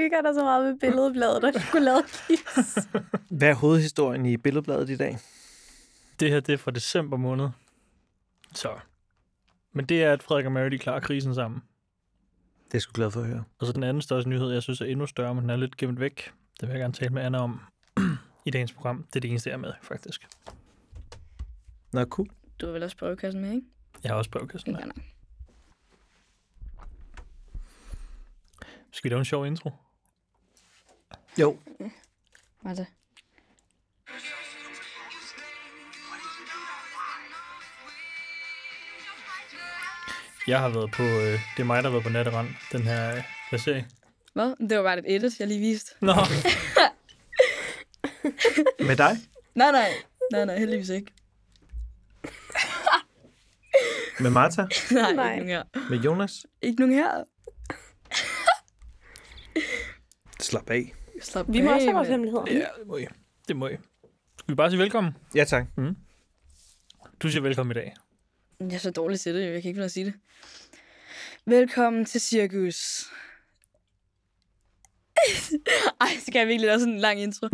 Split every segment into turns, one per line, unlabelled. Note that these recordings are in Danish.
hygger dig så meget med billedbladet og chokoladekis.
Hvad er hovedhistorien i billedbladet i dag?
Det her, det er fra december måned. Så. Men det er, at Frederik og Mary, de klarer krisen sammen.
Det er jeg sgu glad for at høre.
Og så den anden største nyhed, jeg synes er endnu større, men den er lidt gemt væk. Det vil jeg gerne tale med Anna om i dagens program. Det er det eneste, jeg er med, faktisk.
Nå, cool.
Du vil også prøve kassen med, ikke?
Jeg har også brevkassen med.
Ikke nej.
Skal vi lave en sjov intro?
Jo.
Hvad er det?
Jeg har været på... Øh, det er mig, der har været på natterand, den her øh, placering.
Hvad? Det var bare et edit, jeg lige viste.
Nå,
Med dig?
Nej, nej. Nej, nej, heldigvis ikke.
Med Martha?
Nej,
Nej.
ikke nogen her.
Med Jonas?
Ikke nogen her.
Slap af.
Slap
Vi må
af,
også have vores
mand.
hemmeligheder.
ja, det må I. Det må I. Skal vi bare sige velkommen?
Ja, tak.
Du siger velkommen i dag.
Jeg er så dårlig til det, jo. jeg kan ikke finde ud af at sige det. Velkommen til Cirkus. Ej, skal jeg virkelig lave sådan en lang intro?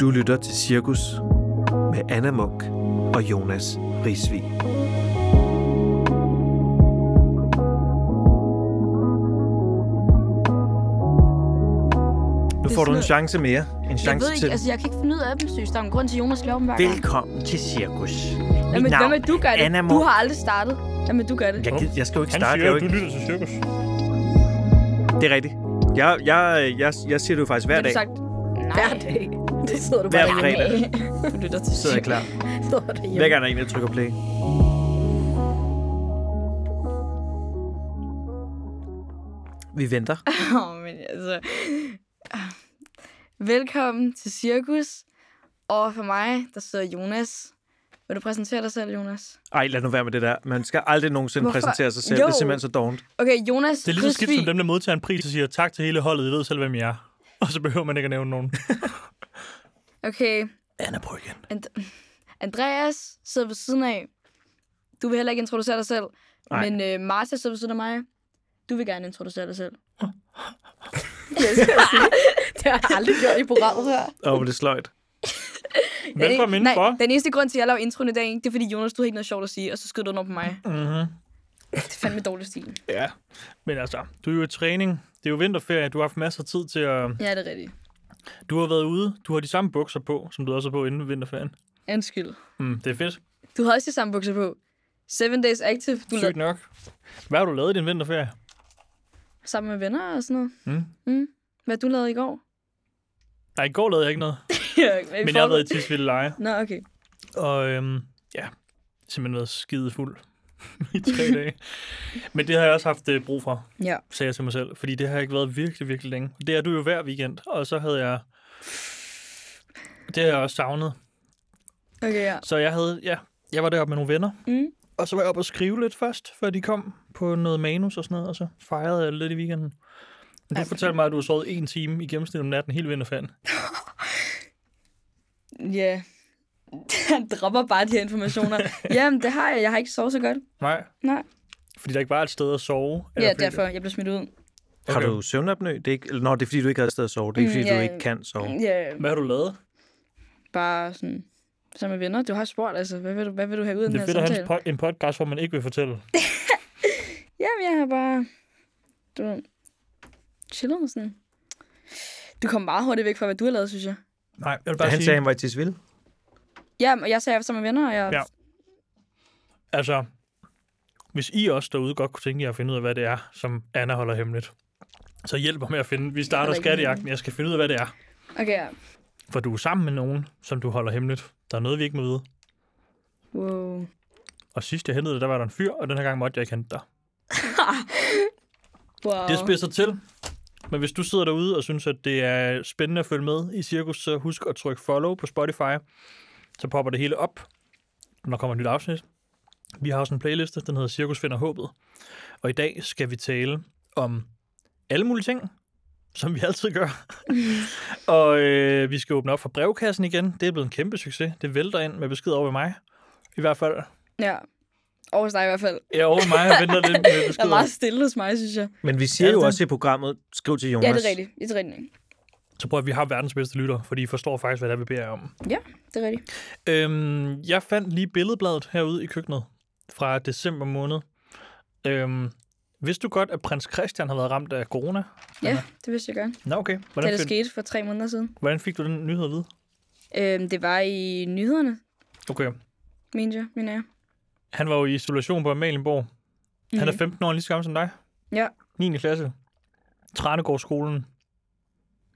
Du lytter til Cirkus med Anna Munk og Jonas Risvig. Nu får du en chance mere. En
Jeg
chance
ved ikke,
til.
altså jeg kan ikke finde ud af æblesyge. Der er en grund til, at Jonas laver dem hver gang.
Velkommen til Cirkus.
Hvad med, hvad med du gør det?
Anna Mo-
du har aldrig startet. Hvad med du gør det?
Jeg, gid- jeg skal jo ikke
Han
starte. Jeg
siger,
er jo ikke...
at du lytter til cirkus.
Det er rigtigt. Jeg, jeg, jeg, jeg siger det jo faktisk hver
Har du
dag.
sagt,
Hver dag. Det sidder du
Hver
bare hjemme
fredag
du lytter til
sidder jeg
Cirkus?
klar.
Sidder du
Hver
hjemme.
gang der er en, der trykker play. Vi venter.
Åh, men altså... ah. Velkommen til Cirkus. Og for mig, der sidder Jonas. Vil du præsentere dig selv, Jonas?
Ej, lad nu være med det der. Man skal aldrig nogensinde Hvorfor?
Hvorfor?
præsentere sig selv. Jo.
Jo.
Det er simpelthen så dovent.
Okay, Jonas
Det er lige så skidt som
Risvig.
dem, der modtager en pris og siger tak til hele holdet, I ved selv, hvem jeg er. Og så behøver man ikke at nævne nogen.
Okay,
Anna Bryggen.
Andreas sidder ved siden af. Du vil heller ikke introducere dig selv.
Nej.
Nej. Men øh, Martha sidder ved siden af mig. Du vil gerne introducere dig selv.
Jeg skal sige, Det har jeg aldrig gjort i programmet her.
Åh, oh, det er sløjt.
Velkommen
Den-
indenfor.
Øh, Nej, den eneste grund til, at jeg laver introen i dag, ikke, det er, fordi Jonas, du havde ikke noget sjovt at sige, og så skød du den over på mig.
Mm-hmm.
Det er fandme dårlig stil.
Ja. Men altså, du er jo i træning. Det er jo vinterferie. Du har haft masser af tid til at...
Ja, det er rigtigt.
Du har været ude. Du har de samme bukser på, som du også har på inden vinterferien.
Undskyld.
Mm, det er fedt.
Du har også de samme bukser på. Seven Days Active, du
Sygt
lavede
nok. Hvad har du lavet i din vinterferie?
sammen med venner og sådan noget.
Mm.
Mm. Hvad du lavede i går?
Nej, i går lavede jeg ikke noget.
ja, i
Men jeg har
forvejen.
været i Tisvilde Leje.
Nå, okay.
Og øhm, ja, simpelthen været skide fuld i tre dage. Men det har jeg også haft øh, brug for,
Ja.
sagde jeg til mig selv. Fordi det har jeg ikke været virkelig, virkelig længe. Det er du jo hver weekend. Og så havde jeg... Det har jeg også savnet.
Okay, ja.
Så jeg havde, ja, jeg var deroppe med nogle venner.
Mm.
Og så var jeg oppe og skrive lidt først, før de kom på noget manus og sådan noget, og så fejrede jeg lidt i weekenden. Men du fortalte mig, at du har sovet en time i gennemsnit om natten hele vinterferien.
Ja. Han dropper bare de her informationer. Jamen, det har jeg. Jeg har ikke sovet så godt.
Nej.
Nej.
Fordi der ikke var et sted at sove. eller
Ja,
fordi-
derfor. Jeg blev smidt ud.
Okay. Har du søvnapnø? Det er ikke... eller, Nå, det er fordi, du ikke havde et sted at sove. Det er ikke,
Mm,
fordi, du
ja.
ikke kan sove.
Ja,
Hvad har du lavet?
bare sådan sammen med venner. Du har spurgt, altså, hvad vil du, hvad vil du have ud af den
Det
her
er fedt at have en
samtale?
po- en podcast, hvor man ikke vil fortælle.
Jamen, jeg har bare, du ved, chillet med sådan. Du kom meget hurtigt væk fra, hvad du har lavet, synes jeg.
Nej, jeg vil
Da
bare
han
sige,
sagde, han var i Tisvilde.
Ja, og jeg sagde, jeg var sammen med venner, og jeg...
Ja. altså, hvis I også derude godt kunne tænke jer at finde ud af, hvad det er, som Anna holder hemmeligt, så hjælp mig med at finde. Vi starter
Eller ikke
skattejagten. Jeg skal finde ud af, hvad det er.
Okay, ja.
For du er sammen med nogen, som du holder hemmeligt. Der er noget, vi ikke må vide.
Wow.
Og sidst jeg hentede dig, der var der en fyr, og den her gang måtte jeg ikke hente dig.
wow.
Det spidser til. Men hvis du sidder derude og synes, at det er spændende at følge med i Cirkus, så husk at trykke follow på Spotify. Så popper det hele op, når der kommer et nyt afsnit. Vi har også en playliste, den hedder Cirkus finder håbet. Og i dag skal vi tale om alle mulige ting, som vi altid gør. og øh, vi skal åbne op for brevkassen igen. Det er blevet en kæmpe succes. Det vælter ind med beskeder over ved mig. I hvert fald
Ja.
Over dig i hvert fald.
Ja, over mig og venter lidt med
Der er meget
beskeder.
stille hos mig, synes jeg.
Men vi siger
Er det
jo
det?
også i programmet, skriv til Jonas.
Ja, det er rigtigt. Det er rigtigt.
Så prøv at vi har verdens bedste lytter, fordi I forstår faktisk, hvad det er, vi beder jer om.
Det er rigtigt.
Øhm, jeg fandt lige billedbladet herude i køkkenet fra december måned. Øhm, vidste du godt, at prins Christian har været ramt af corona?
Ja,
Anna.
det vidste jeg godt.
Nå, okay.
Da det
Hvordan, fik,
skete for tre måneder siden.
hvordan fik du den nyhed at vide?
Øhm, det var i nyhederne,
Okay.
mente jeg, mener jeg.
Han var jo i isolation på Amalienborg. Mm-hmm. Han er 15 år, lige så gammel som dig.
Mhm. Ja.
9. klasse. Tranegårdsskolen.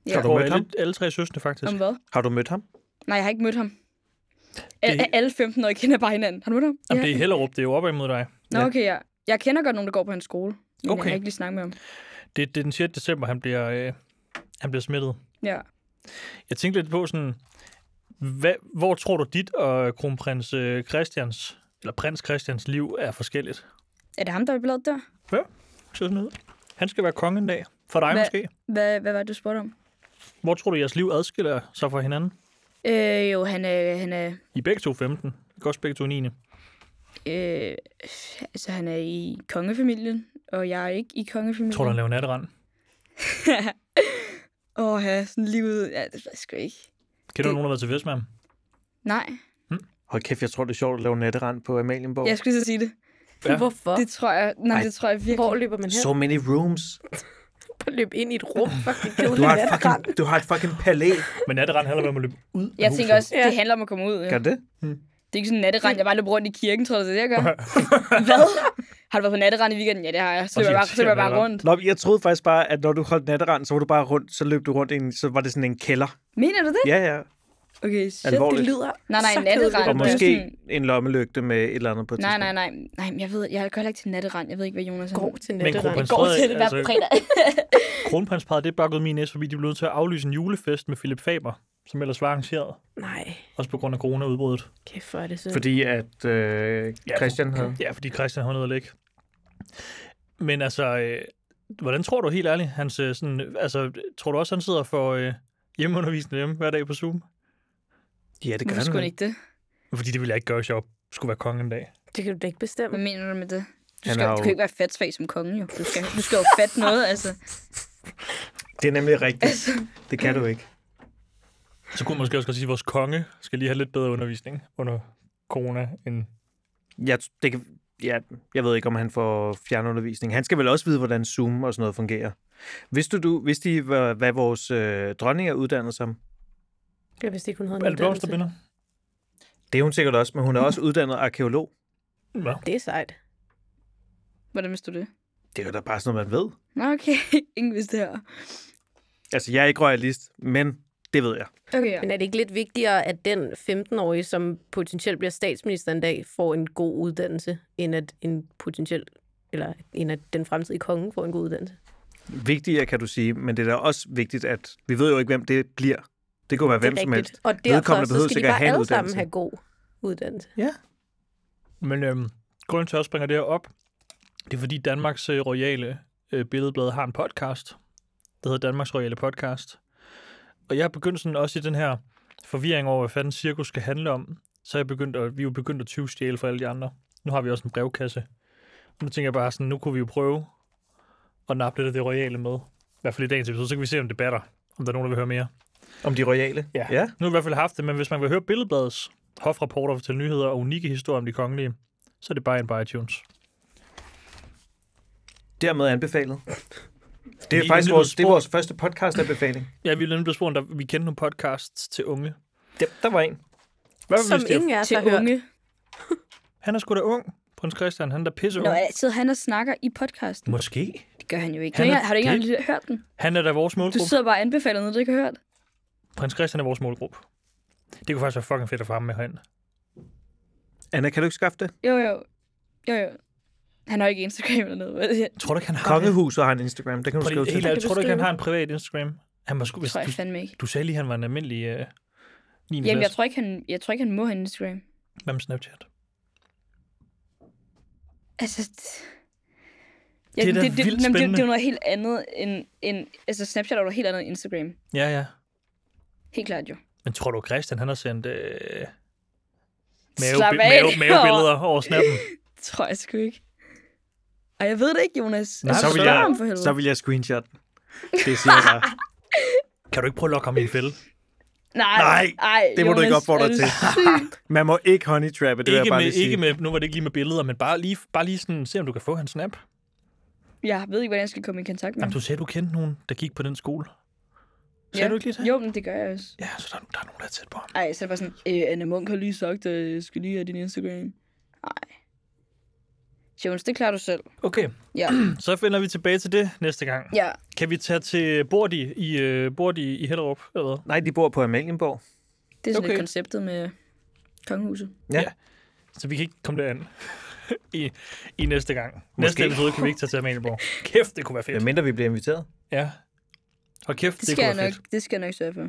Ja.
Har du
Hvor
mødt ham?
alle, alle tre søstre faktisk.
Om hvad?
Har du mødt ham?
Nej, jeg har ikke mødt ham. Al-
Det-
alle 15 år kender bare hinanden. Har du mødt ham?
Jamen, det er Hellerup, det er jo op imod dig.
Nå, okay, ja. Jeg kender godt nogen, der går på hans skole. Men okay.
Okay.
jeg har ikke lige snakket med ham.
Det, det er den 6. december, han bliver, øh, han bliver smittet.
Ja.
Jeg tænkte lidt på sådan, hvad, hvor tror du dit og kronprins øh, Christians, eller prins Christians liv er forskelligt?
Er det ham, der er bladet der?
Så sådan ud. Han skal være konge en dag. For dig
Hvad?
hvad? måske.
Hvad, hvad var det, du spurgte om?
Hvor tror du, jeres liv adskiller sig fra hinanden?
Øh, jo, han er, han er,
I er begge to 15. Ikke også begge to 9.
øh, altså, han er i kongefamilien, og jeg er ikke i kongefamilien.
Jeg tror, du, han laver natterand.
Åh, ja, sådan lige ud. Ja, det ved jeg sgu ikke.
Kender du
Det-
nogen, der har været til fest med ham?
Nej,
Hold kæft, jeg tror, det er sjovt at lave natterand på Amalienborg.
jeg skulle så sige det.
Ja.
Hvorfor?
Det tror jeg, nej,
Ej.
det tror jeg virkelig.
Hvor løber man hen?
So many rooms.
Bare løb ind i et rum. Fucking
Du
kedelig
har et
natterand.
fucking, du har et fucking palæ.
Men natterand handler om at løbe ud af
Jeg
huset.
tænker også,
Ja.
det handler om at komme ud. Ja.
Gør det?
Det er ikke sådan en natterand, jeg bare løber rundt i kirken, tror du, det er det, jeg gør? Hvad? Har du været på natterand i weekenden? Ja, det har jeg. Så
Og så
løber jeg bare, så løber jeg bare
irriterende
rundt.
Nå, men jeg troede faktisk bare, at når du holdt natterand, så var du bare rundt, så løb du rundt i en, så var det sådan en kælder.
Mener du det?
Ja, ja.
Okay, shit.
Alvorligt.
Det lyder
Nej, nej,
så
natterand.
kedeligt.
Og
det er
måske
sådan-
en lommelygte med et eller andet på et
Nej,
tidspunkt.
nej, nej. Nej, men jeg ved, jeg går heller ikke til natterand. Jeg ved ikke, hvad Jonas er.
Går til
Men
natterand.
kronprins Frederik,
hver
altså,
fredag.
kronprinsparet, det er bare gået min næse forbi. De blev nødt til at aflyse en julefest med Philip Faber, som ellers var arrangeret.
Nej,
Også på grund af coronaudbruddet.
kæft hvor er det så.
Fordi at øh, Christian havde...
Ja, fordi Christian har noget at lægge. Men altså, øh, hvordan tror du helt ærligt, hans, øh, sådan, øh, altså, tror du også, han sidder for øh, hjemmeundervisning hjemme hver dag på Zoom?
Ja, det
Hvorfor
gør
skulle
han.
han ikke det?
Fordi det ville jeg ikke gøre, hvis jeg var- skulle være konge en dag.
Det kan du da ikke bestemme.
Hvad mener du med det? Du,
Han
skal,
har
du
jo-
kan ikke være fatsfag som konge, jo. Du skal, du skal jo fatte noget, altså.
Det er nemlig rigtigt. Det kan du ikke.
Så kunne man måske også godt sige, at vores konge skal lige have lidt bedre undervisning under corona. End...
Jeg, det kan, ja, jeg ved ikke, om han får fjernundervisning. Han skal vel også vide, hvordan Zoom og sådan noget fungerer. Vidste du, vidste I, hvad, hvad vores øh, dronning er uddannet som?
Jeg vidste ikke, hun havde en
Er det
uddannelse.
blomsterbinder?
Det er hun sikkert også, men hun er også uddannet arkeolog.
Ja.
Det er sejt.
Hvordan vidste du det?
Det er jo da bare sådan noget, man ved.
Nå, okay. Ingen vidste det her.
Altså, jeg er ikke royalist, men det ved jeg.
Okay, ja.
Men er det ikke lidt vigtigere, at den 15-årige, som potentielt bliver statsminister en dag, får en god uddannelse, end at en potentiel eller end at den fremtidige konge får en god uddannelse.
Vigtigere, kan du sige, men det er da også vigtigt, at vi ved jo ikke, hvem det bliver. Det kunne være hvem
det er
som helst.
rigtigt. Og derfor
Vedkommende
så
behøver
skal de
sikkert
bare
have en
alle sammen
uddannelse.
have god uddannelse.
Men øhm, grunden til, at jeg også bringer det her op, det er fordi Danmarks øh, Royale øh, Billedblad har en podcast, der hedder Danmarks Royale Podcast. Og jeg har begyndt sådan også i den her forvirring over, hvad fanden cirkus skal handle om, så er jeg begyndt at, vi er jo begyndt at tyvstjæle for alle de andre. Nu har vi også en brevkasse. Og nu tænker jeg bare sådan, nu kunne vi jo prøve at nappe lidt af det royale med. I hvert fald i dagens episode, så kan vi se, om det batter. Om der er nogen, der vil høre mere.
Om de royale? ja.
Nu har vi i hvert fald haft det, men hvis man vil høre Billedbladets hofrapporter til nyheder og unikke historier om de kongelige, så er det bare en på iTunes.
Dermed anbefalet. Det er
Vi er
faktisk
lidt
vores, det er
spurgt.
vores første podcast-anbefaling.
Ja, vi er nemlig blevet spurgt, om der, vi kendte nogle podcasts til unge.
Der, der var en.
Hvad
Som
hvis det er-
ingen af os
Til
har hørt.
unge.
Han er sgu da ung. Prins Christian, han er da pisse ung.
Nå, sidder han og snakker i podcasten?
Måske.
Det gør han jo ikke.
Han er-
Har du ikke engang lige hørt den?
Han er da vores
Du
målgruppe.
sidder bare og anbefaler noget, du ikke har hørt.
Prins Christian er vores målgruppe. Det kunne faktisk være fucking fedt at få ham med herind.
Anna, kan du ikke skaffe det?
Jo, jo. Jo, jo. Han har ikke Instagram eller noget. vel? Jeg
Tror du ikke, han har
Kongehuset har en Instagram, det kan du
Prøv
skrive
lige, helt
til.
ærligt,
du
tror du ikke, han
skrive?
har en privat Instagram? Han var sgu, hvis,
tror jeg
du,
fandme ikke.
du sagde lige, han var en almindelig øh, 9.
Jamen, jeg
klasse.
tror ikke, han, jeg tror ikke, han må have en Instagram.
Hvad med Snapchat?
Altså, d-
Det er da
det,
vildt
jamen, det, det,
spændende.
er jo noget helt andet end, end... Altså, Snapchat er jo noget helt andet end Instagram.
Ja, ja.
Helt klart jo.
Men tror du, Christian, han har sendt øh, mave,
Slap af.
mave, mavebilleder over snappen?
Det tror jeg sgu ikke. Og jeg ved det ikke, Jonas.
Nej, så vil
spørg
jeg-
ham for helvede.
Så vil jeg screenshot. den. Det siger jeg bare.
Kan du ikke prøve at lokke ham i en fælde?
Nej,
Nej,
ej,
det må du ikke
Jonas, altså,
opfordre
er du
til.
syg?
Man må ikke honeytrappe, det vil jeg
Ikke
bare
med,
lige sige.
ikke med, nu var det ikke lige med billeder, men bare lige, bare lige sådan, se om du kan få hans snap. Mm.
Jeg ved ikke, hvordan jeg skal komme i kontakt med
Jamen,
ham.
du sagde, du kendte nogen, der gik på den skole. Sagde
Mm. Ja.
du ikke lige det?
Jo, men det gør jeg også.
Ja, så der, er- der er nogen, der er tæt på ham.
Ej, så er det bare sådan, øh, Anna Munk har lige sagt, at jeg skal lige have din Instagram. Ej. Jonas, det klarer du selv.
Okay,
Ja.
så finder vi tilbage til det næste gang.
ja.
Kan vi tage til Bordi i, uh, Bordi i Hellerup? Eller hvad?
Nej, de bor på Amalienborg.
Det er sådan okay.
Okay.
lidt konceptet med kongehuset.
Ja.
Ja. Så vi kan ikke komme derind I, i næste gang. Måske.
Måske.
Næste episode kan vi ikke tage til Amalienborg. Kæft, det kunne være fedt.
Hvem mindre vi bliver inviteret.
Ja. Og kæft,
Det
det,
skal,
kunne
jeg
være fedt.
nok, det skal jeg nok sørge for.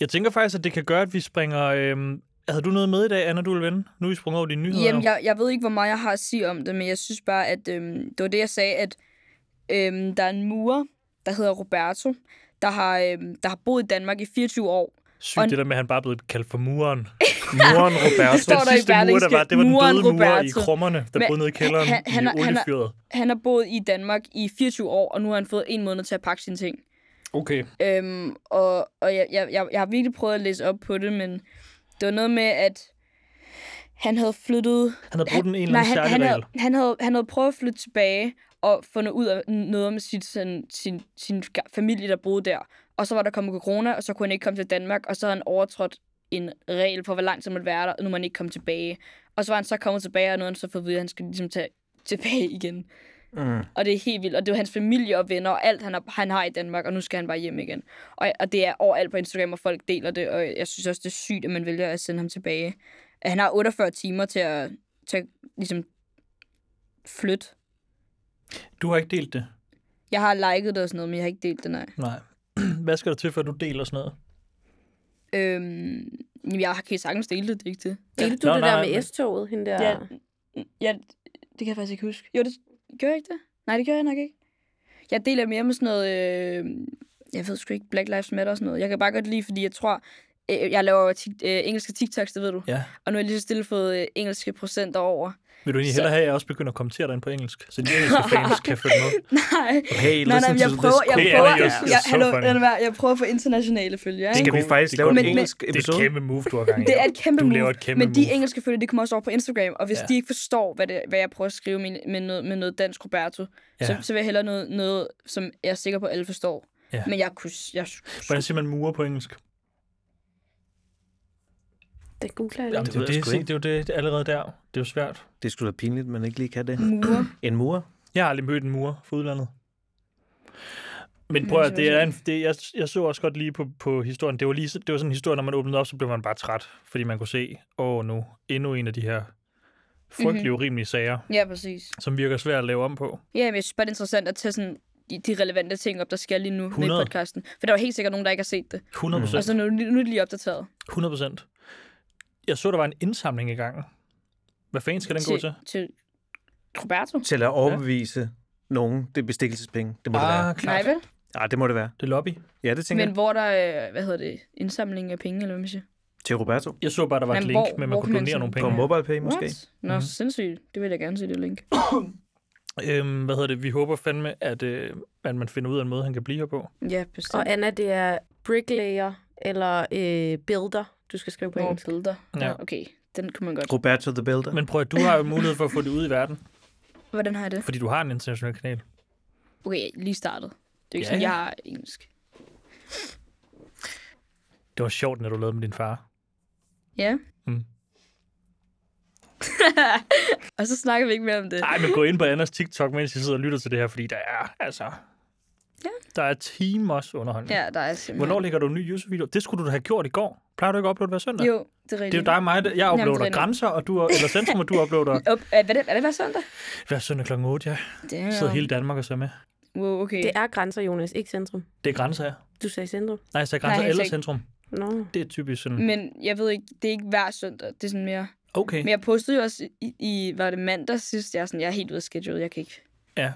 Jeg tænker faktisk, at det kan gøre, at vi springer... Øhm, havde du noget med i dag, Anna, du vil vende? Nu er vi sprunget over dine nyheder.
Jamen,
jeg...
jeg, jeg ved ikke, hvor meget jeg har at sige om det, men jeg synes bare, at øhm, det var det, jeg sagde, at øhm, der er en murer, der hedder Roberto, der har, øhm, der har boet i Danmark i 24 år.
Sygt
og-
det der med, at han bare er blevet kaldt for muren.
Moren Roberto.
Det står der i
Den sidste mur, der
Berlingske.
var, det var den
Muren
døde mur i
Roberto.
krummerne, der
Men
boede nede i kælderen
han- han-
i
han- han-
oliefyret.
Han har boet i Danmark i 24 år, og nu har han fået en måned til at pakke sine ting.
Okay.
Øhm, og og jeg, jeg, jeg, jeg har virkelig prøvet at læse op på det, men det var noget med, at han havde flyttet...
Han havde brugt den en eller
nej,
anden
han,
særlig
han, havde,
regel.
han, havde, han havde prøvet at flytte tilbage og fundet ud af noget om sit, sådan, sin, sin ga- familie, der boede der. Og så var der kommet corona, og så kunne han ikke komme til Danmark, og så havde han overtrådt en regel for, hvor lang tid man måtte være der, og nu må han ikke komme tilbage. Og så var han så kommet tilbage, og nu har han så fået at vide, at han skal ligesom tage tilbage igen.
Mm.
Og det er helt vildt. Og det er jo hans familie og venner og alt, han har, han har i Danmark, og nu skal han bare hjem igen. Og, og det er overalt på Instagram, og folk deler det, og jeg synes også, det er sygt, at man vælger at sende ham tilbage. At Han har 48 timer til at, til at ligesom flytte.
Du har ikke delt det?
Jeg har liket det og sådan noget, men jeg har ikke delt det, nej.
Nej. Hvad skal der til, før du deler sådan noget?
Øhm, jamen, jeg kan sagtens dele det, det er ikke det.
Delte du
Nå,
det
nej,
der med
men-
S-toget, hende der?
Ja. ja, det kan jeg faktisk ikke huske. Jo, det gjorde jeg ikke det? Nej, det gjorde jeg nok ikke. Jeg deler mere med sådan noget, øh, jeg ved sgu ikke, Black Lives Matter og sådan noget. Jeg kan bare godt lide, fordi jeg tror, øh, jeg laver tit, øh, engelske TikToks, det ved du.
Ja.
Og nu har jeg lige så stille fået øh, engelske procenter over.
Vil du egentlig
Så-
hellere have, at jeg også begynder at kommentere dig på engelsk, så de engelske fans kan følge med?
Hey,
Nej, nej, nej, men
altså,
jeg prøver, jeg
cool.
prøver,
Yeah,
jeg,
yes, yes,
jeg,
so
hallo,
funny.
lad nu være, jeg prøver at få internationale følger, ikke?
Skal vi
god-
faktisk
det er
lave
god-
en
men-
engelsk
Det er et
episode?
kæmpe move, du har gang i.
Det er et kæmpe
du laver
move,
et kæmpe
men de
move.
engelske følger, de kommer også over på Instagram, og hvis
Ja.
ja. de ikke forstår, hvad, det, hvad jeg prøver at skrive med, med, noget, med noget dansk Roberto, ja. så,
Ja.
så vil jeg hellere noget, noget, som jeg er sikker på, at alle forstår.
Ja.
Ja. Men jeg kunne... Jeg,
Hvordan siger man murer på engelsk?
Det googler jeg
Jamen,
lige.
det, er jo
ved jeg
det,
sgu
se,
ikke.
det er jo det allerede der. Det er jo svært.
Det skulle da pinligt, man ikke lige kan det.
mure.
En mur?
Jeg har aldrig mødt en murer fra udlandet. Men prøv at det er en, det, jeg, jeg så også godt lige på, på historien. Det var, lige, så- det var sådan en historie, når man åbnede op, så blev man bare træt, fordi man kunne se, åh nu, endnu en af de her
Mhm.
frygtelige, urimelige sager,
Ja, præcis.
som virker svært at lave om på.
Ja, men jeg synes bare, det er interessant at tage sådan de, de relevante ting op, der sker lige nu 100. med
100.
podcasten. For der er jo helt sikkert nogen, der ikke har set det.
100
Mm. Og
procent.
så nu, nu er det lige opdateret.
100 procent. Jeg så, der var en indsamling i gang. Hvad fanden skal den gå til?
til, til Roberto?
Til at overbevise nogen. Det er bestikkelsespenge. Det må det være.
Ah,
Nej,
klart.
vel?
Ja, det må det være.
Det er lobby.
Ja, det tænker
Men
jeg.
hvor er der, øh, hvad hedder det, indsamling af penge, eller hvad man siger?
Til Roberto.
Jeg så bare, der var et
Men
link,
hvor-
men man
hvor
kunne
kan man
donere
sådan-
nogle
På
penge.
MobilePay måske.
What? Nå,
Mhm.
mm-hmm. sindssygt. Det vil jeg gerne se, det link.
Øhm, hvad hedder det? Vi håber fandme, at, øh, at man finder ud af en måde, han kan blive her på.
Ja, bestemt.
Og Anna, det er bricklayer eller øh, builder, du skal skrive på
Nogle
engelsk.
billeder.
Ja.
Ja. Okay, den kunne man godt.
Roberto the Builder.
Men prøv at du har jo mulighed for at få det ud i verden,
Hvordan har jeg det?
fordi du har en international kanal.
Okay, jeg er lige startet. Det er ikke
Ja,
ja, sådan,
ja.
jeg har engelsk.
Det var sjovt, når du lavede med din far.
Ja.
Mm.
og så snakker vi ikke mere om det.
Nej, men gå ind på Anders TikTok, mens jeg sidder og lytter til det her, fordi der er, altså...
Ja.
Der er timers underholdning.
Ja, der er simpelthen...
Hvornår ligger du en ny YouTube-video? Det skulle du have gjort i går. Plejer du ikke at uploade hver søndag?
Jo, det er rigtigt.
Det er jo dig og mig, der- jeg
Jamen, det er
uploader
rigtigt.
grænser, og du, eller centrum, og du uploader
Op, er, hvad er det, er det hver søndag?
hver søndag kl. 8, ja.
Det
Så sidder hele Danmark og ser med.
Wow, okay.
Det er grænser, Jonas, ikke centrum.
Det er grænser, ja.
Du sagde centrum.
Nej, så er grænser
helt
eller
sikkert.
centrum.
Nå.
Det er typisk sådan,
Men jeg ved ikke, det er ikke hver søndag. Det er sådan mere...
okay.
Mm. Men jeg postede jo også i, i var det mandag sidst. Jeg er sådan, jeg er helt ude af schedule. Jeg kan ikke...
Ja.